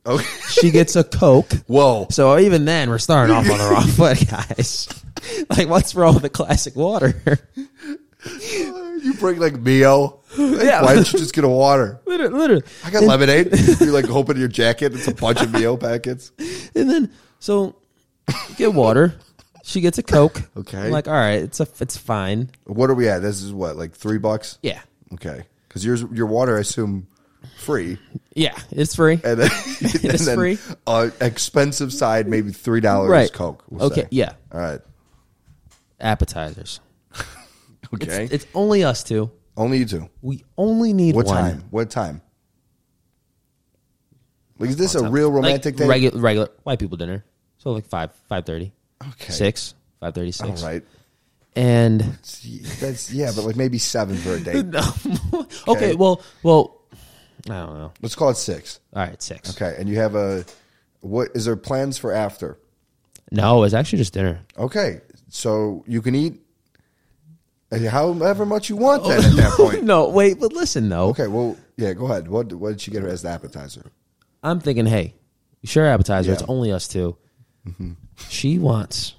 Okay. She gets a Coke. Whoa. So even then, we're starting off on the wrong foot, guys. Like, what's wrong with the classic water? You bring like Mio. Like, Yeah. Why don't you just get a water? literally, literally. I got lemonade. You like open your jacket. It's a bunch of Mio packets. And then, so get water. She gets a Coke. Okay. I'm like, all right, it's a, it's fine. What are we at? This is what like three bucks. Yeah, Okay. Because yours, your water, I assume, free, yeah, it's free. and then, and It's then, free. Uh, expensive side, maybe three dollars. Right. Coke. we'll Okay, say. yeah. All right. Appetizers. Okay. It's only us two. Only you two. We only need What one. time? What time? Like, is this a real romantic like, thing? Regular, regular white people dinner. So like five, five thirty, okay. six, five thirty, All six. right. And That's yeah, but like maybe seven for a date. okay, well, well, I don't know. Let's call it six. All right, six. Okay, and you have a what is there plans for after? No, it's actually just dinner. Okay, so you can eat however much you want then at that point. no, wait, but listen though. Okay, well, yeah, go ahead. What what did she get her as the appetizer? I'm thinking, hey, sure appetizer. It's Yeah. Mm-hmm. only us 2 She wants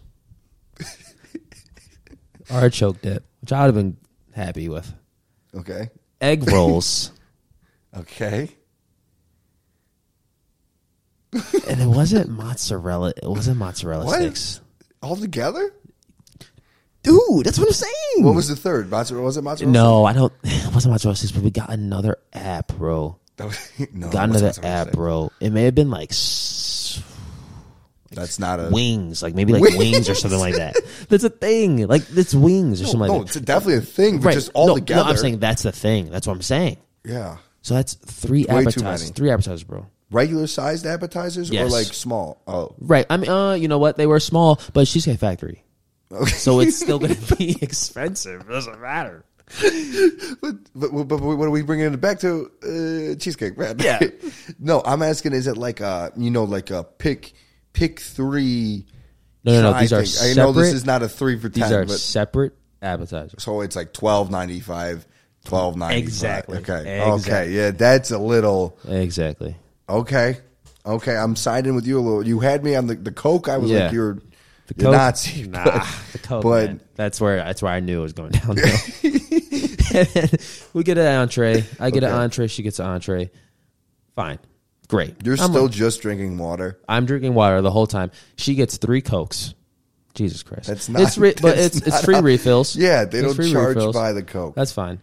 artichoke dip, which I'd have been happy with. Okay, Egg rolls, okay. and it wasn't mozzarella. It wasn't mozzarella What? sticks. All together? Dude, that's what I'm saying. What was the third? Mozzarella? Was it mozzarella? no, I don't. It wasn't mozzarella sticks, but we got another app, bro. That was- no. Oh, Got it wasn't another mozzarella app, sticks. bro. It may have been like s- That's not a wings, like maybe like Wings. wings, or something like that. That's a thing. Like it's wings or something like No, that. it's definitely a thing, but just all no, together. No, I'm saying that's the thing. That's what I'm saying. yeah. So that's three Way too appetizers. many. Three appetizers, bro. Regular sized appetizers or Yes. like small? Oh, Right. I mean, uh, you know what? They were small, but Cheesecake Factory. okay. So it's still going to be expensive. Doesn't matter. but, but, but what are we bringing it back to? Uh, cheesecake, man. Yeah. no, I'm asking, is it like a, you know, like a pick pick three? No, no, no. try These thing? are I separate. know this is not a three for these 10, are but separate appetizers. so it's like 12.95, 12.95. Exactly. Okay. Okay. Exactly. Yeah, that's a little Exactly. okay. Okay, I'm siding with you a little. You had me on the, the Coke. I was Yeah. like, you're, The you're Coke- Nazi. Nah, but- the Coke, but- man. that's where that's where I knew it was going down. we get an entree. I get an Okay. entree. She gets an entree. Fine, great. You're I'm still just drinking water. I'm drinking water the whole time. She gets three cokes. Jesus Christ, That's not- It's re- but that's it's it's not free how- refills. Yeah, they It's don't free charge by the Coke. That's fine.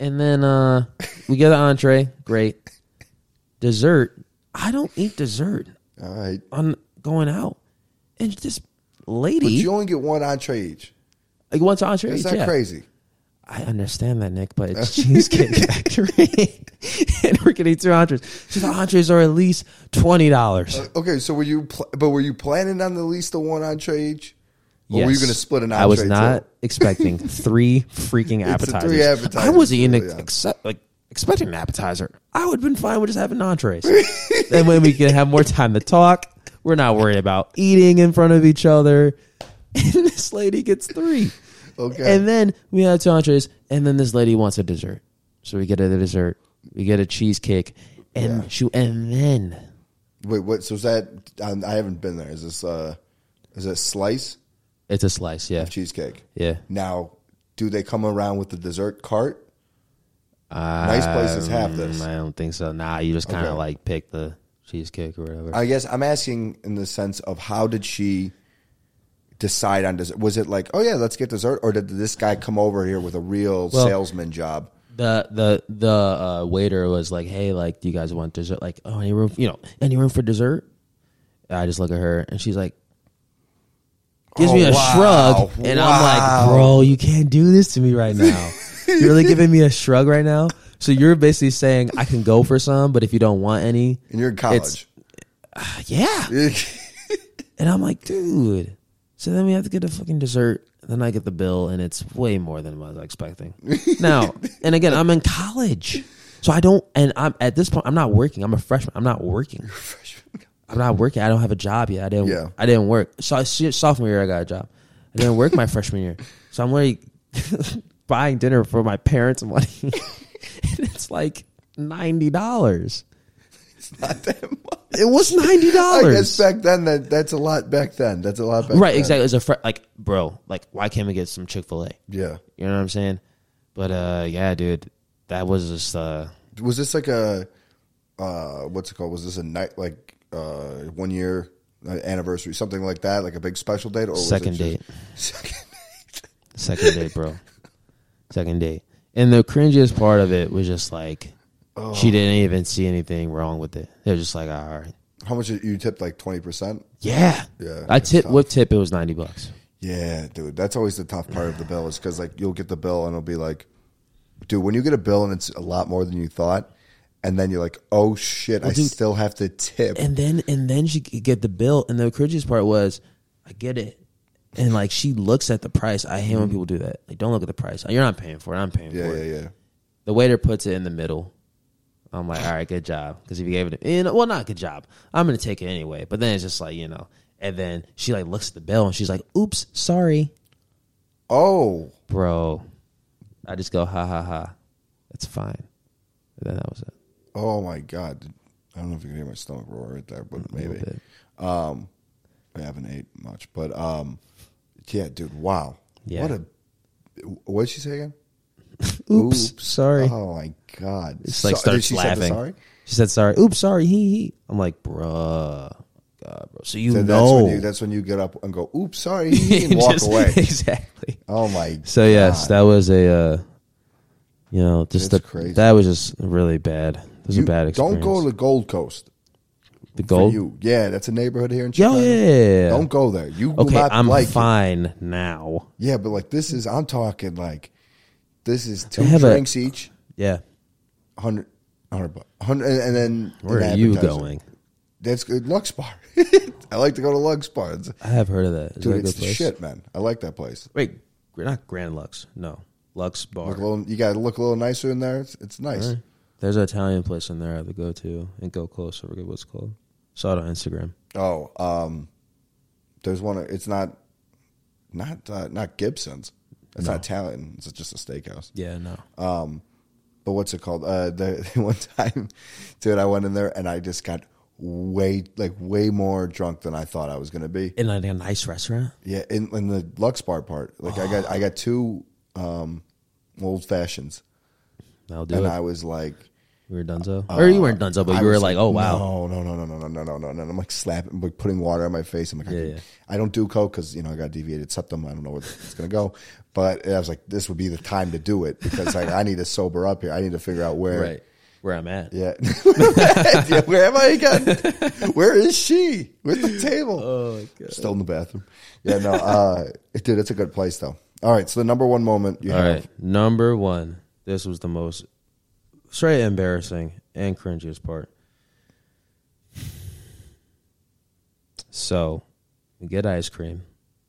And then uh, we get an entree. Great. Dessert. I don't eat dessert All right. on going out. And this But lady, you only get one entree each. like, wants an entree. Is each, that yeah. crazy? I understand that, Nick, but it's Cheesecake Factory, and we're getting two entrees. So the entrees are at least twenty dollars. Okay, so were you? Pl- but were you planning on at least the one entree each? Or were you Yes. going to split an entree? I was too? not expecting three freaking appetizers. three appetizers, I wasn't even really, yeah. accept, like expecting an appetizer. I would have been fine with just having entrees. and when we can have more time to talk, we're not worried about eating in front of each other. And this lady gets three. Okay. And then we had two entrees, and then this lady wants a dessert. So we get a dessert. We get a cheesecake. And she and then Wait, what? So is that? Um, I haven't been there. Is this? Uh, is it slice it's a slice, yeah. cheesecake? Yeah. Now, do they come around with the dessert cart? nice places have this. Mm, I don't think so. Nah, you just kind of Okay. like pick the cheesecake or whatever. I guess I'm asking in the sense of how did she decide on dessert? Was it like, oh yeah, let's get dessert, or did this guy come over here with a real Well- salesman job? the the the uh, waiter was like, "Hey, like, do you guys want dessert? Like, oh, any room? You know, any room for dessert?" I just look at her and she's like, gives me Oh, a wow. shrug, and I'm Wow. like, "Bro, you can't do this to me right now. You're really giving me a shrug right now." So you're basically saying I can go for some, but if you don't want any, And you're in college. yeah. And I'm like, dude. So then we have to get a fucking dessert. Then I get the bill, and it's way more than what I was expecting. now, and again, I'm in college, so I don't. And I'm at this point, I'm not working. I'm a freshman. I'm not working. I'm not working. I don't have a job yet. I didn't. Yeah. I didn't work. So I- se- sophomore year, I got a job. I didn't work my freshman year, so I'm like buying dinner for my parents' money, and it's like ninety dollars. Not that much. It was ninety I dollars. guess back then that that's a lot. Back then that's a lot. Back right then. exactly as a fr- like bro like why can't we get some chick-fil-a Yeah. you know what i'm saying but uh yeah dude that was just uh Was this like a uh, what's it called? Was this a night like uh, one year uh, anniversary, something like that, like a big special date or was it second just- date Second. second date bro second date and the cringiest part of it was just like she didn't even see anything wrong with it they're just like all right How much did you tipped? Like twenty percent. yeah Yeah, i it's tip tough. what tip it was 90 bucks Yeah, dude, that's always the tough part of the bill is because like you'll get the bill and it'll be like, dude, when you get a bill and it's a lot more than you thought, and then you're like, oh shit, I dude- still have to tip. and then and then she could get the bill and the cringiest part was i get it and like she looks at the price i hate when people do that like don't look at the price you're not paying for it i'm paying yeah, for it yeah, yeah. The waiter puts it in the middle. I'm like, all right, good job. Because if you gave it, you know, well, not good job. I'm gonna take it anyway. But then it's just like you know. And then she like looks at the bill and she's like, "Oops, sorry, Oh, bro." I just go, "Ha ha ha, it's fine." And then that was it. oh my God. I don't know if you can hear my stomach roar right there, but A little maybe. bit. I haven't ate much, but um, yeah, dude, wow. Yeah. What a. What did she say again? Oops, Oops. sorry. Oh my God. It's like So- did starts she say the laughing. Sorry? She said sorry. Oops, sorry. He he. I'm like, bruh, God, bro. So you So that's, know when you, that's when you get up and go, oops, sorry, and walk Just- away. Exactly. Oh my So yes, that was a uh, you know just That's the crazy. that was just really bad. It was You a bad experience. Don't go to the Gold Coast. the for gold. you. Yeah, that's a neighborhood here in Yeah, Chicago. yeah, yeah, yeah. Don't go there. You will Okay, not I'm like it. fine now. Yeah, but like this is I'm talking like this is two have a- drinks each, Yeah, 100 100 bucks. 100 and, and then where an are you appetizer. going? That's good Lux Bar. I like to go to Lux Bar. It's, I have heard of that. Is dude, that a it's good place? shit, man. I like that place. Wait, gr- not Grand Lux. No, Lux Bar. Look a little, you got to look a little nicer in there. It's, it's nice. There's an Italian place in there I would go to and go close. I forget what it's called. Saw it on Instagram. Oh, um there's one it's not not uh, not Gibson's. It's not Italian. It's just a steakhouse. Yeah, no. but what's it called? Uh, the one time, dude, I went in there and I just got way like way more drunk than I thought I was gonna be. in like a nice restaurant. Yeah, in, in the Lux Bar part, like I got I got two um, old fashions, That'll do and it. I was like, we were Dunzo, or you weren't Dunzo, but I you were was like, oh wow, no, no, no, no, no, no, no, no, no, no. I'm like slapping, like putting water on my face. I'm like, I, Yeah, can- yeah. I don't do coke because you know I got deviated septum. I don't know where it's gonna go, but I was like, this would be the time to do it because like I need to sober up here. I need to figure out where. right, where I'm at. Yeah. Yeah, Where am I again? Where is she? Where's the table? Oh my god. Still in the bathroom. Yeah, no, uh, dude, it's a good place though. All right, so the number one moment you All have. right, number one. This was the most straight embarrassing and cringiest part. So, we get ice cream.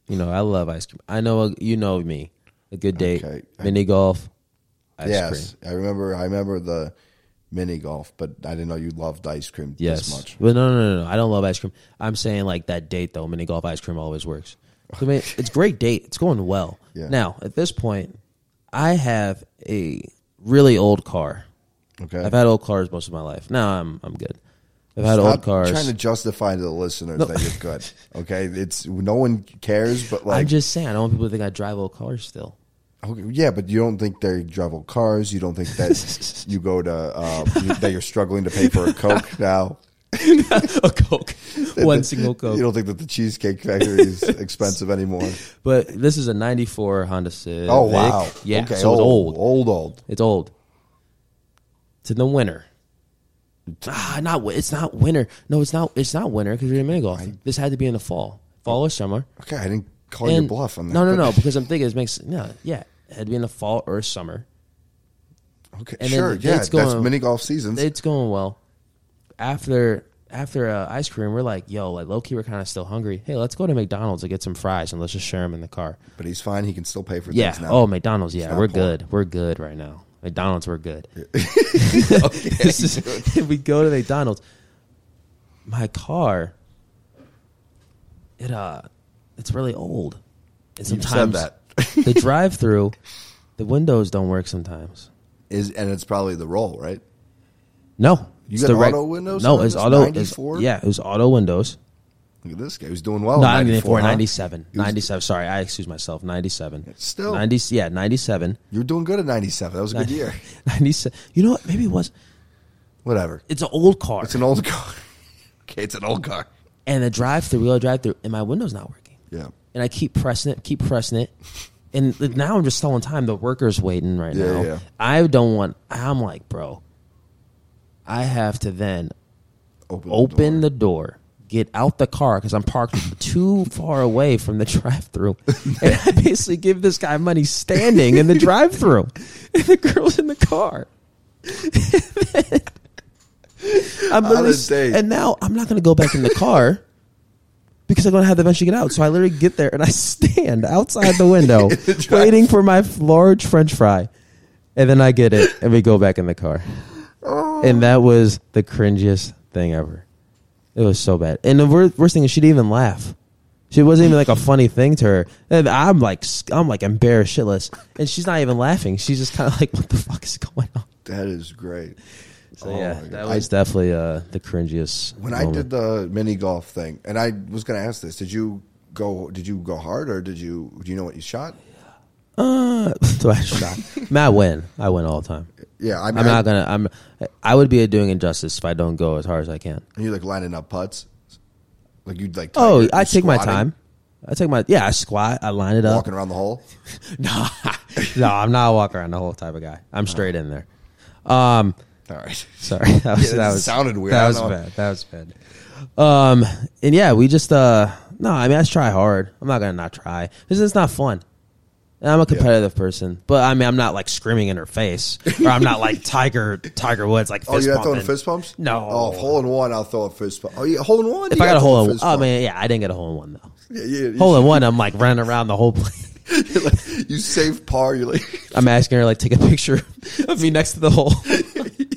You know, I love ice cream. I know you know me. A good date, Okay. mini golf, ice yes, cream. I remember. I remember the mini golf, but I didn't know you loved ice cream Yes, this much. but no, no, no, no. I don't love ice cream. I'm saying like that date though. Mini golf ice cream always works. I mean, it's a great date. It's going well. Yeah. Now at this point, I have a really old car. Okay, I've had old cars most of my life. Now I'm I'm good. I've had Stop old cars. Trying to justify to the listeners that you're good. Okay, it's no one cares, but like, I'm just saying. I don't want people to think I drive old cars still. okay, yeah, but you don't think they travel cars. You don't think that you go to uh, you, that you're struggling to pay for a coke now. a Coke, one single You Coke. don't think that the Cheesecake Factory is expensive anymore? But this is a '94 Honda Civic. Oh wow! Yeah, okay, so it's old, old. old, old. It's old. It's in the winter. Ah, not wi- it's not winter. No, it's not. It's not winter because we're in mini golf. This had to be in the fall, fall or summer. Okay, I didn't call you And- bluff on that. No, no, but- no. Because I'm thinking it makes no. Yeah, it had to be in the fall or summer. Okay, And then sure, the yeah, date's that's going- mini golf seasons. It's going well. After after uh, ice cream, we're like, yo, like low key, we're kind of still hungry. Hey, let's go to McDonald's and get some fries and let's just share them in the car. but he's fine. He can still pay for Yeah. things now. Oh, McDonald's. Yeah, not we're porn. good. We're good right now. McDonald's, we're good. This is- we go to McDonald's. My car, it uh, it's really old. And You've said sometimes that. the drive-through, the windows don't work sometimes. is and it's probably the roll, right? No, You it's got the auto windows No, on it's this auto. it's- 94? yeah, it was auto windows. Look at this guy; he's doing well. No, in I mean 94, Oh, huh? 97. He was- 97. Sorry, I excuse myself. 97. Still. 90, yeah, 97. You were doing good at ninety-seven. That was a good year. 97. You know what? Maybe it was. Whatever. It's an old car. It's an old car. okay, it's an old car. and the drive through, we go drive through, and my window's not working. Yeah. And I keep pressing it, keep pressing it. And like, now I'm just stalling time. The worker's waiting right Yeah, now. yeah. I don't want, I'm like, bro, I have to then Open. open the door, get out the car because I'm parked too far away from the drive-through, and I basically give this guy money standing in the drive-through, and the girl's in the car. I'm literally, a s- date. and now I'm not going to go back in the car because I'm going to have to eventually get out. So I literally get there and I stand outside the window waiting for my large French fry, and then I get it and we go back in the car. and that was the cringiest thing ever. It was so bad. And the wor- worst thing is she didn't even laugh. She wasn't even like a funny thing to her. And I'm like, sc- I'm like embarrassed shitless, and she's not even laughing. She's just kind of like, what the fuck is going on? That is great. So Oh yeah, my that God. was definitely uh, the cringiest. When I did the mini golf thing, and I was going to ask this, did you go? Did you go hard, or did you? Do you know what you shot? so Uh, I shot. Matt win. I win all the time. Yeah, I mean, I'm I- not gonna. I'm. I would be doing injustice if I don't go as hard as I can. And you like lining up putts, like you'd like. Oh, you're I take my squatting, time. I take my yeah. I squat. I line it up. Walking around the hole. No, no, I'm not a walk around the whole type of guy. I'm straight in there. Um, All right. sorry, that was Yeah, that it was, sounded weird. That I was don't know. bad. That was bad. Um, and yeah, we just uh, no, I mean, I try hard. I'm not gonna not try because it's not fun. And I'm a competitive person, but I mean, I'm not like screaming in her face, or I'm not like Tiger Tiger Woods like. Fist Oh, you're not throwing pumping. fist pumps? No. Oh, if hole in one, I'll throw a fist pump. Oh, yeah, hole in one? If You I got a gotta throw hole in, fist oh pump. man, yeah, I didn't get a hole in one though. Yeah, yeah, you- Hole in one, I'm like running around the whole place. you're like- you save par. You're like, I'm asking her like take a picture of me next to the hole.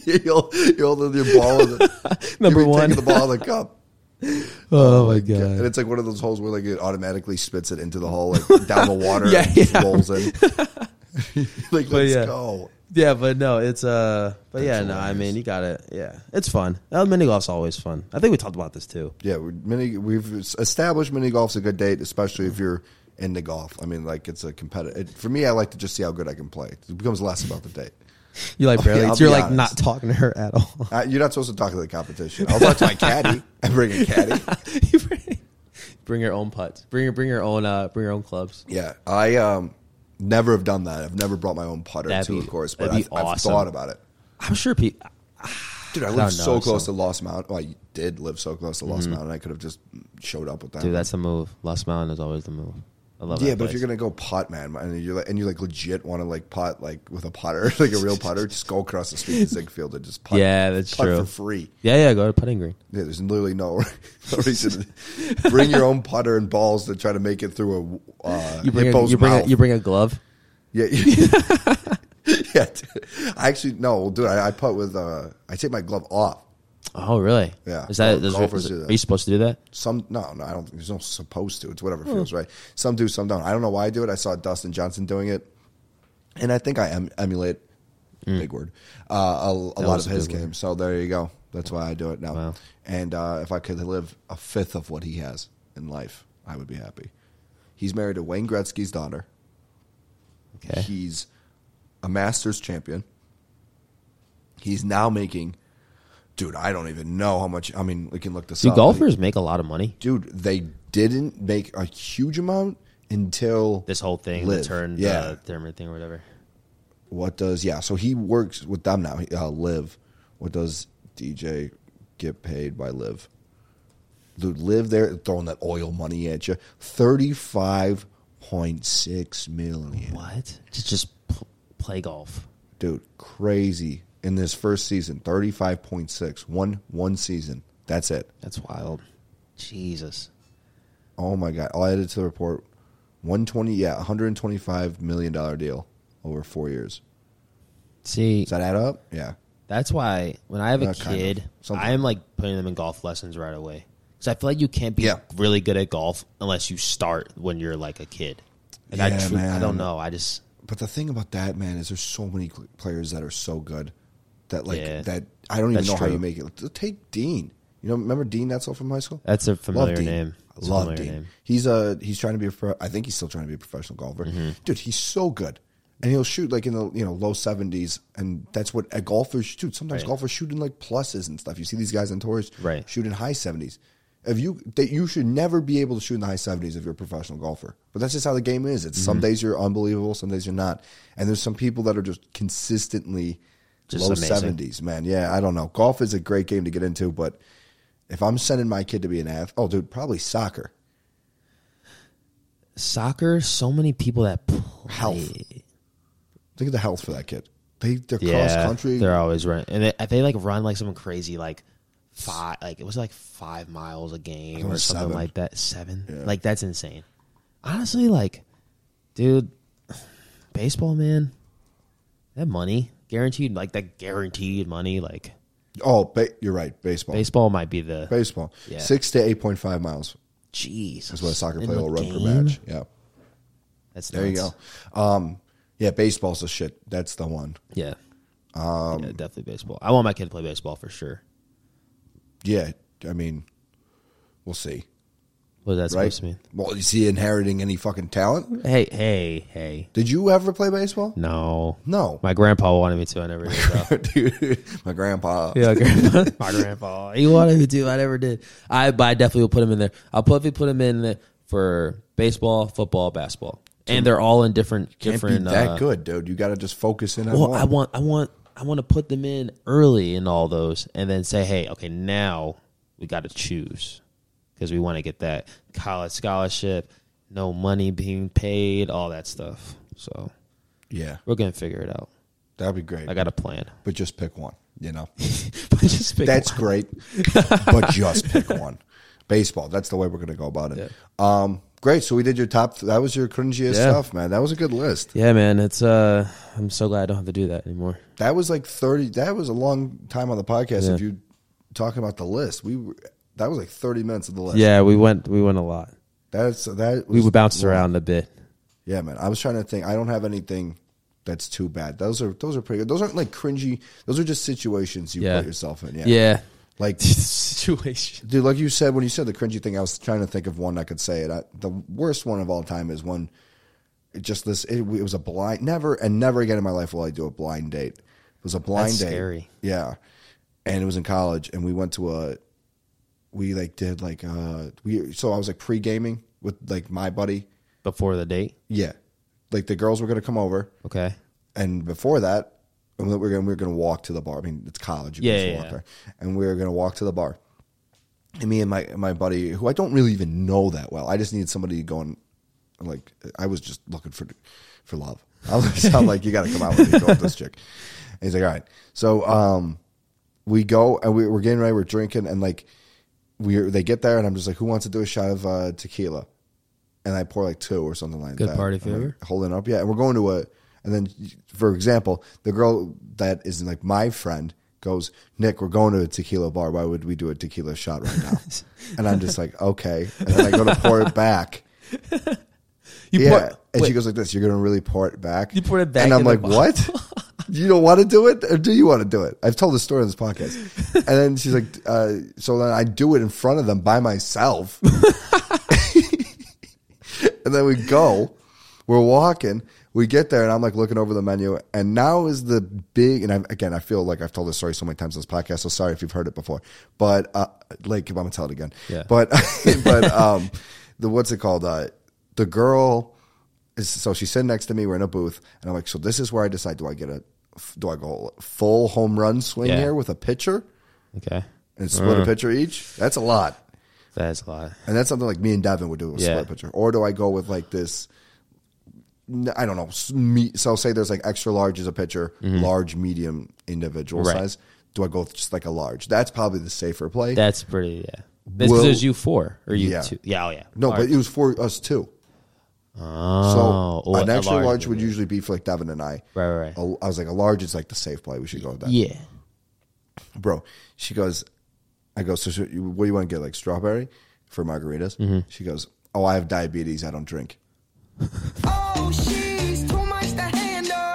you'll, you'll hold your ball. With it. Number You'll be one. Taking the ball in the cup. Oh my And god. it's like one of those holes where like it automatically spits it into the hole, like down the water, Yeah, and just yeah. rolls in. like, let's yeah. go. Yeah, but no, it's uh but yeah, That's no, I hilarious. mean you gotta yeah. It's fun. Uh, mini golf's always fun. I think we talked about this too. Yeah, we- mini. We've established mini golf's a good date, especially Mm. if you're into golf. I mean, like it's a competitive. For me, I like to just see how good I can play. It becomes less about the date. You like barely I'll you're be like honest. not talking to her at all. Uh, you're not supposed to talk to the competition. I'll talk to my caddy. I bring a caddy. You bring- bring your own putts. Bring your bring your own uh bring your own clubs. Yeah, I um never have done that. I've never brought my own putter That'd to be- a course, but that'd I've, be I've awesome. thought about it. I'm sure people Dude, I don't lived know, so close so- Mm-hmm. to Lost Mountain. Well, I did live so close to Lost Mountain. I could have just showed up with that. Dude, that's the move. Lost Mountain is always the move. I love yeah, that but if place. you're gonna go putt, man, and you're like, and you like legit want to like putt like with a putter, like a real putter, just go across the street to Ziegfeld and just putt. Yeah, that's putt true. for free. Yeah, yeah, go to putting green. Yeah, there's literally no, no reason. to- bring your own putter and balls to try to make it through a uh, You bring a, hippo's you bring a, mouth. you bring a glove. Yeah. yeah. yeah. dude. I actually no, dude. I, I putt with. Uh, I take my glove off. Oh, really? Yeah. Is that, is, Golfers is- do that. are you supposed to do that? Some no, no. I don't. There's no supposed to. It's whatever Hmm. feels right. Some do, some don't. I don't know why I do it. I saw Dustin Johnson doing it, and I think I em- emulate. Big word. Uh, a, a lot Hmm. was of a his good word. games. So there you go. That's why I do it now. Wow. And uh, if I could live a fifth of what he has in life, I would be happy. He's married to Wayne Gretzky's daughter. Okay. He's a Masters champion. He's now making, dude. I don't even know how much. I mean, we can look this Do up. but he- golfers make a lot of money? dude, they didn't make a huge amount until This whole thing, Live. the turn, Yeah. the thermid thing or whatever. what does yeah? So he works with them now. Uh, live. What does DJ get paid by Live? Dude, live there throwing that oil money at you. Thirty-five point six million. What? Just just pl- play golf. dude, crazy in this first season, thirty-five point six, one one season. That's it. That's wild. Jesus. Oh my god! I'll add it to the report. One twenty, yeah, one hundred twenty-five million dollar deal over four years. See, Does that add up? Yeah, that's why when I have a Uh, kind of. kid, Something. I am like putting them in golf lessons right away because I feel like you can't be Yeah. really good at golf unless you start when you're like a kid. Like I, Yeah, tru- I man. don't know. I just but the thing about that man is, there's so many cl- players that are so good that like Yeah. that. I don't even That's know how true. you make it. Take Dean. You know, remember Dean Netzel from high school? that's a familiar Love Dean. name. It's a Love familiar Dean. name. He's a he's trying to be a pro. I think he's still trying to be a professional golfer. Mm-hmm. Dude, he's so good. And he'll shoot like in the you know low seventies, and that's what a golfer sh- dude. Sometimes Right. golfers shoot in like pluses and stuff. You see these guys on tours Right. shoot in high seventies. If you that you should never be able to shoot in the high seventies if you're a professional golfer. But that's just how the game is. It's Mm-hmm. some days you're unbelievable, some days you're not. And there's some people that are just consistently Just low amazing. seventies, man. Yeah, I don't know. Golf is a great game to get into, but if I'm sending my kid to be an athlete, oh, dude, probably soccer. Soccer. So many people that play. Health. Think of the health for that kid. They they're cross Yeah, country. They're always running, and they, they like run like something crazy, like five. Like it was like five miles a game or was something seven. like that. Seven, like that's insane. Honestly, like, dude, baseball man, that money. guaranteed like that guaranteed money like Oh, ba- you're right. Baseball. baseball might be the baseball. Yeah. Six to eight point five miles jeez is what a soccer in player the will run per game? match. Yeah. That's There you nuts. go. Um, yeah, baseball's the shit. That's the one. Yeah. Um, definitely baseball. I want my kid to play baseball for sure. Yeah, I mean, we'll see, What does that right? supposed to mean? Well, is he inheriting any fucking talent? Hey, hey, hey. Did you ever play baseball? No. No, My grandpa wanted me to. I never did, though. dude, my grandpa. yeah, grandpa. my grandpa. He wanted me to. I never did. I, but I definitely will put him in there. I'll probably put him in there for baseball, football, basketball. And they're all in different, Can't be different. that uh, good, dude. You got to just focus in on Well, one. I want, I want, I want to put them in early in all those, and then say, hey, okay, now we got to choose because we want to get that college scholarship, no money being paid, all that stuff. So yeah, we're gonna figure it out. that'd be great. I got a plan. but just pick one. You know, But just pick that's one. great, but just pick one. Baseball. That's the way we're gonna go about it. Um, great. So we did your top. That was your cringiest Yeah. stuff, man. That was a good list. Yeah, man. It's uh, I'm so glad I don't have to do that anymore. That was like thirty. That was a long time on the podcast. If you talking about the list, we were, that was like thirty minutes of the list. Yeah, we went, we went a lot. That's that. We was- bounced around a bit. Yeah, man. I was trying to think. I don't have anything that's too bad. Those are those are pretty good. Those aren't like cringy. Those are just situations you Yeah. put yourself in. Yeah. Yeah. Like, Situation. dude, like you said when you said the cringy thing, I was trying to think of one I could say it. I, the worst one of all time is one. It just this. It, it was a blind. Never and never again in my life will I do a blind date. It was a blind That's date. scary. Yeah, and it was in college, and we went to a. We like did like uh we so I was like pre gaming with like my buddy. Before the date. Yeah, like the girls were gonna come over, Okay. and before that, we we're gonna we we're gonna walk to the bar. I mean, it's college, you Yeah, just yeah, walk yeah. there, and we were gonna walk to the bar. And me and my my buddy, who I don't really even know that well, I just needed somebody going. Like I was just looking for for love. I was I'm like, you got to come out with me, go with this chick. And he's like, all right. So um, we go and we, we're getting ready, we're drinking, and like we they get there, and I'm just like, who wants to do a shot of uh, tequila? And I pour like two or something like Good that. party I'm, like, favor. holding up. Yeah, and we're going to a. And then, for example, the girl that is like my friend goes, Nick, we're going to a tequila bar. Why would we do a tequila shot right now? and I'm just like, okay. And then I go to pour it back. You yeah. and she wait, goes like this, you're going to really pour it back? You poured it back And I'm in the like, bottle. what? you don't want to do it? Or do you want to do it? I've told this story on this podcast. And then she's like, uh, so then I do it in front of them by myself. and then we go. We're walking. We get there, and I'm like looking over the menu. And now is the big. And I, again, I feel like I've told this story so many times on this podcast. So sorry if you've heard it before, but uh, like if I'm gonna tell it again. Yeah. But but um, the what's it called? Uh, the girl is so she's sitting next to me. We're in a booth, and I'm like, so this is where I decide do I get a do I go full home run swing Yeah. Uh. here with a pitcher okay. and split a pitcher each? That's a lot. That's a lot. And that's something like me and Devin would do with Yeah. split pitcher. Or do I go with like this? n- I don't know. s- Me, so say there's like extra large as a pitcher, large, medium, individual Mm-hmm. Right. size. Do I go with just like a large? That's probably the safer play. That's pretty. Yeah. That's 'cause Will- it was you four or you Yeah. two. Yeah. Oh yeah. no, All but right. it was for us too. oh, so well, an a extra large, would Oh, be- usually be for like Devin and I. Right, right, right. A- I was like a large is like the safe play. We should go with that. Yeah. bro. She goes, I go, so, so you- what do you want to get? Like strawberry for margaritas? Mm-hmm. She goes, oh, I have diabetes. I don't drink. Oh, she's too much to handle.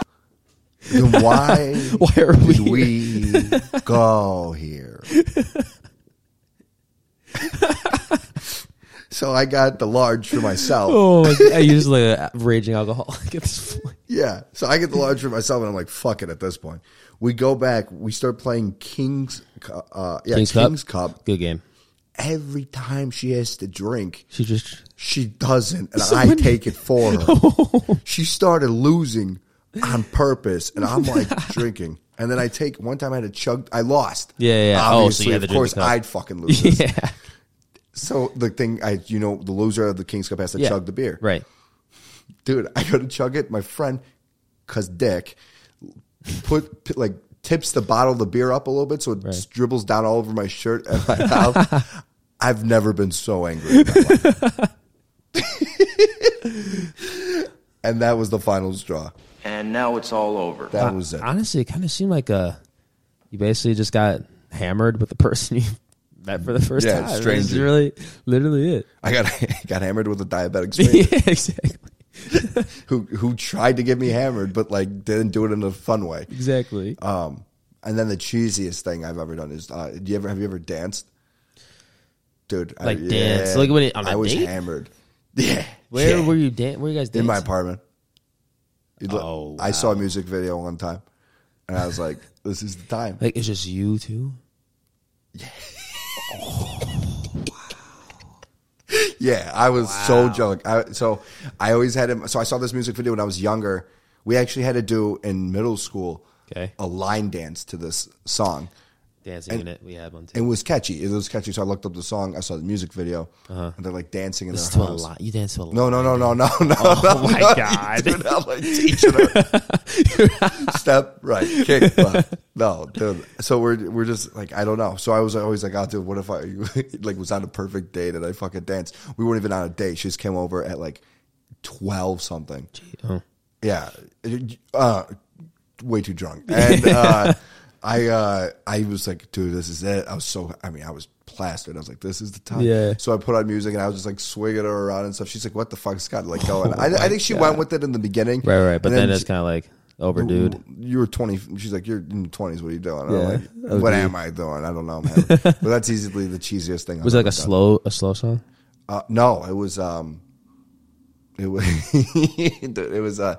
Then why, Why are did we we go here? so I got the large for myself. Oh, my God. you're just like a raging alcoholic at this point. Yeah. So I get the large for myself, and I'm like, fuck it at this point. We go back. We start playing King's, Cu- uh, yeah, King's, King's Cup? Cup. Good game. Every time she has to drink, She just She doesn't, and So I when- take it for her. She started losing on purpose, and I'm like drinking. And then I take one time I had a chug. I lost. Yeah, yeah. Oh, so Obviously, you had to of drink course, the cup. I'd fucking lose. This. yeah So the thing, I you know, the loser of the Kings Cup has to yeah chug the beer. right. dude. I go to chug it. My friend, cause Dick, put p- like tips the bottle of the beer up a little bit so it Right. dribbles down all over my shirt and my mouth. I've never been so angry. In my life. and that was the final straw. And now it's all over. Uh, That was it. Honestly, it kind of seemed like a you basically just got hammered with the person you met for the first Yeah, time. It's stranger. really, literally it. I got got hammered with a diabetic stranger yeah, exactly, who who tried to get me hammered, but like didn't do it in a fun way. exactly. Um, and then the cheesiest thing I've ever done is, uh, do you ever have you ever danced, dude? Like dance? Like when it- on a I was date? hammered. Yeah, where yeah. were you? Dan- where you guys? in my dancing? apartment? You'd look- Oh, I saw a music video one time, and I was like, "This is the time." Like it's just you two. Yeah, I was so drunk. I, so I always had him. So I saw this music video when I was younger. We actually had to do in middle school Okay. a line dance to this song. Dancing unit. We had one It too. was catchy. It was catchy. So I looked up the song. I saw the music video, and they're like dancing in This to their Uh-huh. a house. lot. You dance to a lot. No, no, no, no, no, no. Oh no, my no, God. Dude, I'm like teaching her. Step right, kick left. No, dude. So we're we're just like I don't know. So I was always like, oh, dude, what if I like was on a perfect date and I fucking danced? We weren't even on a date. She just came over at like twelve something. Oh. Yeah, uh, way too drunk, and uh, I uh, I was like, dude, this is it. I was so, I mean, I was plastered. I was like, this is the time. Yeah. So I put on music and I was just like swinging her around and stuff. She's like, what the fuck's got like going? I, I think she went with it in the beginning, Oh Right, right. But And then, it's she- kind of like over, dude. You were twenty. She's like, you're in your twenties. What are you doing? Yeah. I'm Oh, like, what dude. am I doing? I don't know, man. but that's easily the cheesiest thing. Was it I've like ever a done. slow, a slow song? Uh, no, it was um, it was it was uh,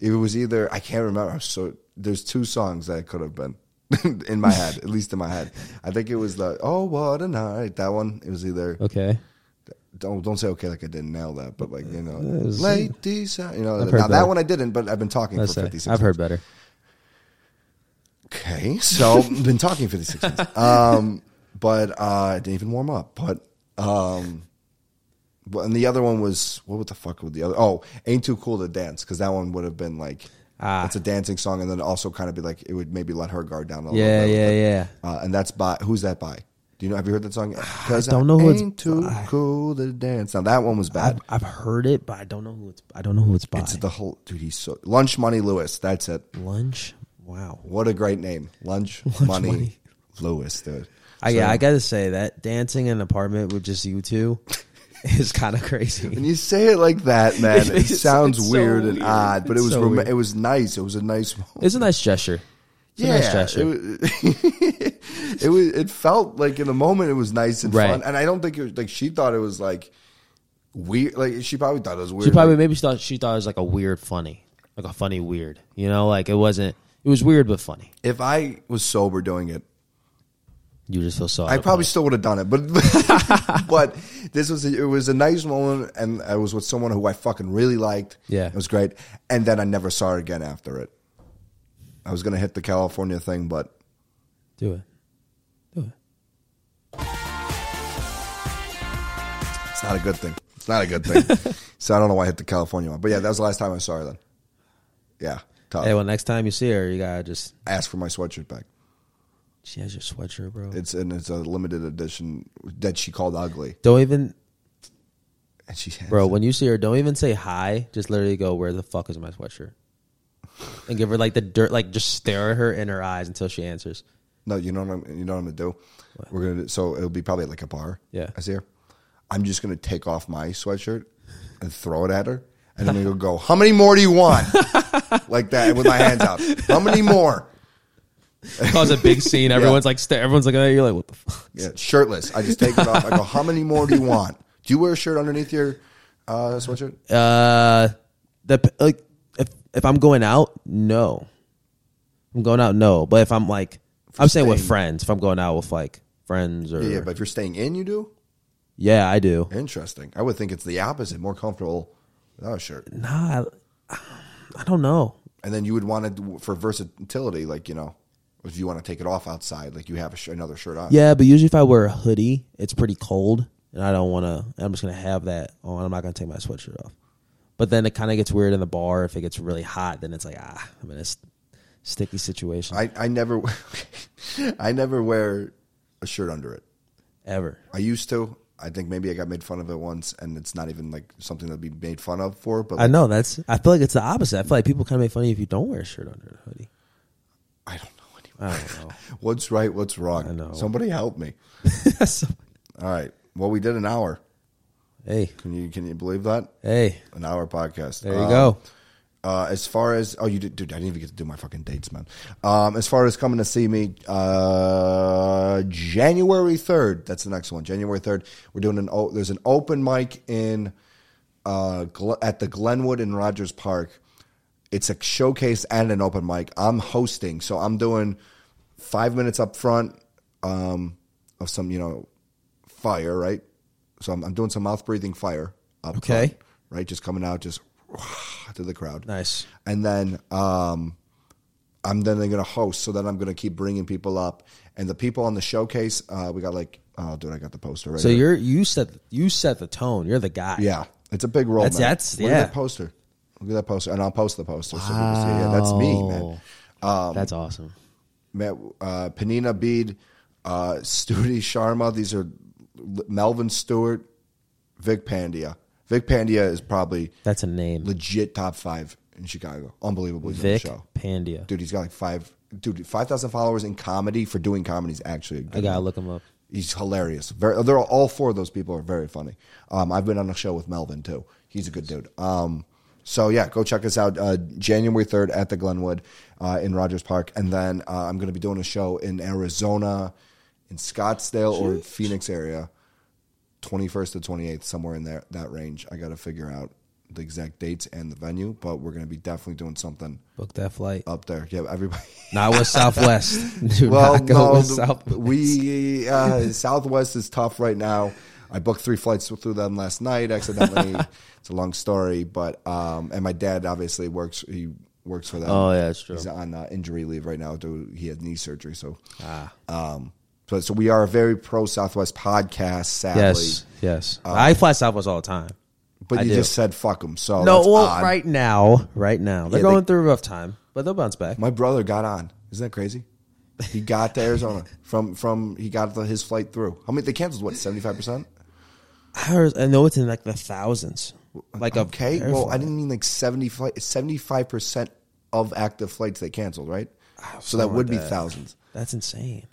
it was either I can't remember. I'm so there's two songs that it could have been in my head, at least in my head. I think it was the oh what a night that one. It was either Okay. don't don't say okay like I didn't nail that, but like you know, was- ladies, uh, you know. I've Now heard that that. one I didn't, but I've been talking That's for right. 56. I've heard better. Okay, so been talking 56 minutes. Um, but uh, I didn't even warm up. But um, but and the other one was what the fuck was the other? Oh, ain't too cool to dance because that one would have been like Ah. it's a dancing song, and then also kind of be like it would maybe let her guard down a Yeah, little bit. yeah, yeah. Uh, and that's by who's that by? Do you know? Have you heard that song? Because Ah, don't know who it's ain't too by. cool to dance. Now that one was bad. I've, I've heard it, but I don't know who it's. I don't know who it's by. it's the whole dude. He's so lunch money Lewis. That's it. Lunch. Wow. What a great name, lunch, money, Money. Lewis, dude. I, yeah, So- I gotta say that dancing in an apartment with just you two is kind of crazy. When you say it like that, man, it It's- sounds it's so weird and weird. odd, but it It's was so rom- weird. it was nice. It was a nice moment. It's a nice gesture. It's a nice gesture. it was, it was. It felt like in the moment it was nice and Right. fun, and I don't think it was like she thought it was like weird. Like she probably thought it was weird. she probably like, maybe she thought she thought it was like a weird funny, like a funny weird. You know, like it wasn't. It was weird but funny. if I was sober doing it, You just feel so. out I of probably place. still would have done it, but but this was a, it was a nice moment, and I was with someone who I fucking really liked. Yeah. it was great, and then I never saw her again after it. I was gonna hit the California thing, but do it. Do it. it's not a good thing. It's not a good thing. so I don't know why I hit the California one, but yeah, that was the last time I saw her. Then, yeah, tough. Hey, well, next time you see her, you gotta just. Ask for my sweatshirt back. She has your sweatshirt, bro. It's and it's a limited edition that she called ugly, don't even, and she has bro. it. When you see her, don't even say hi. Just literally go, "Where the fuck is my sweatshirt?" And give her like the dirt, like just stare at her in her eyes until she answers. No, you know what I'm, you know what I'm gonna do. We're gonna do, so it'll be probably at, like a bar. Yeah. I see her. I'm just gonna take off my sweatshirt and throw it at her, and then we'll go. How many more do you want? like that with my hands out. How many more? Cause a big scene. Everyone's like, sta- everyone's looking at you like, "What the fuck?" Yeah, shirtless. I just take it off. I go. How many more do you want? Do you wear a shirt underneath your uh, sweatshirt? Uh, the like if if I'm going out, no. I'm going out, no. But if I'm like, I'm saying with staying- friends. If I'm going out with like friends or Yeah, yeah, yeah, but if you're staying in, you do. I do. Interesting. I would think it's the opposite. More comfortable without a shirt, Nah, I, um, I don't know. and then you would want it for versatility. Like you know, if you want to take it off outside, like you have a sh- another shirt on. Yeah, but usually if I wear a hoodie, it's pretty cold, and I don't want to. I'm just gonna have that on. I'm not gonna take my sweatshirt off. But then it kind of gets weird in the bar if it gets really hot. Then it's like ah, I'm in a st- sticky situation I, I never I never wear a shirt under it. ever. I used to. I think maybe I got made fun of it once, and it's not even like something that'd be made fun of for. But I know that's. I feel like it's the opposite. I feel like people kind of make fun of you if you don't wear a shirt under a hoodie. I don't know anymore. I don't know. What's right? What's wrong? I know. Somebody help me. That's- All right. Well, we did an hour. hey, Can you can you believe that? hey, An hour podcast. there you Um, go. Uh, as far as oh, you did, dude, I didn't even get to do my fucking dates, man. Um, as far as coming to see me, uh, January third. That's the next one. January third. We're doing an o- there's an open mic in uh, Gl- at the Glenwood in Rogers Park. It's a showcase and an open mic. I'm hosting, so I'm doing five minutes up front um, of some you know fire, right? So I'm, I'm doing some mouth breathing fire. Up Okay. front, right, just coming out, just to the crowd Nice. and then um, I'm then going to host. So then I'm going to keep bringing people up, and the people on the showcase, uh, we got like, oh, dude, I got the poster right. So you're here. you set you set the tone. You're the guy. yeah, it's a big role. That's- man. that's- Look yeah. at that poster. Look at that poster, and I'll post the poster so people see. it. Yeah, that's me, man. That's awesome. Met, uh, Panina Bede, uh, Studi Sharma. These are Melvin Stewart, Vic Pandia. Vic Pandia is probably That's a name. legit top five in Chicago. Unbelievable, he's on the Vic show. Pandia. dude he's got like five dude 5000 followers in comedy for doing comedy is actually a good I gotta one. look him up. he's hilarious very they're all, all four of those people are very funny um, i've been on a show with melvin too he's a good dude um, so yeah go check us out uh, january 3rd at the glenwood uh, in rogers park and then uh, i'm going to be doing a show in arizona in scottsdale or phoenix area 21st to 28th, somewhere in there, that range. I got to figure out the exact dates and the venue, but we're going to be definitely doing something Book that flight. up there. Yeah, everybody. Uh, Not with Southwest. Do well, not go no, with the- Southwest. we uh, Southwest is tough right now. I booked three flights through them last night accidentally. it's a long story, but um, and my dad obviously works. He works for them. Oh, yeah, that's true. He's on uh, injury leave right now. Due, he had knee surgery, so Ah. um, so so we are a very pro Southwest podcast. Sadly, yes, yes. I fly Southwest all the time. but I you do. just said fuck them. So No, that's well, odd. right now, right now, they're Yeah, they- going through a rough time, but they'll bounce back. My brother got on. Isn't that crazy? He got to Arizona from from he got the, his flight through. How many they canceled? What seventy five percent? Ours, I know it's in like the thousands. Like a okay, air well I flight. didn't mean like 75 percent of active flights they canceled, right? So that something would like be that. thousands. That's insane.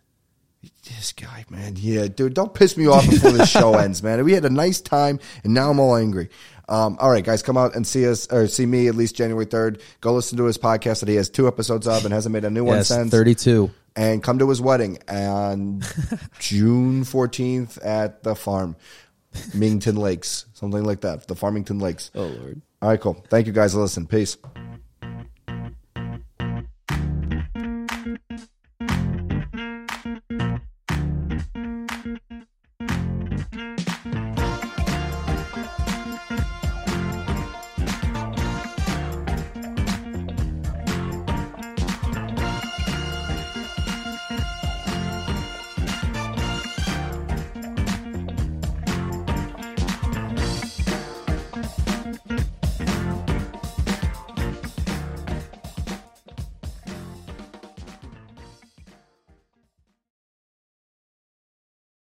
This guy, man, yeah, dude, don't piss me off before this show ends, man. We had a nice time, and now I'm all angry. Um, all right, guys, come out and see us or see me at least January third. Go listen to his podcast that he has two episodes of and hasn't made a new one Yes, since. thirty-two. and come to his wedding on June 14th at the farm, Mington Lakes, something like that. The Farmington Lakes. Oh, Lord. All right, cool. Thank you guys. Listen, peace.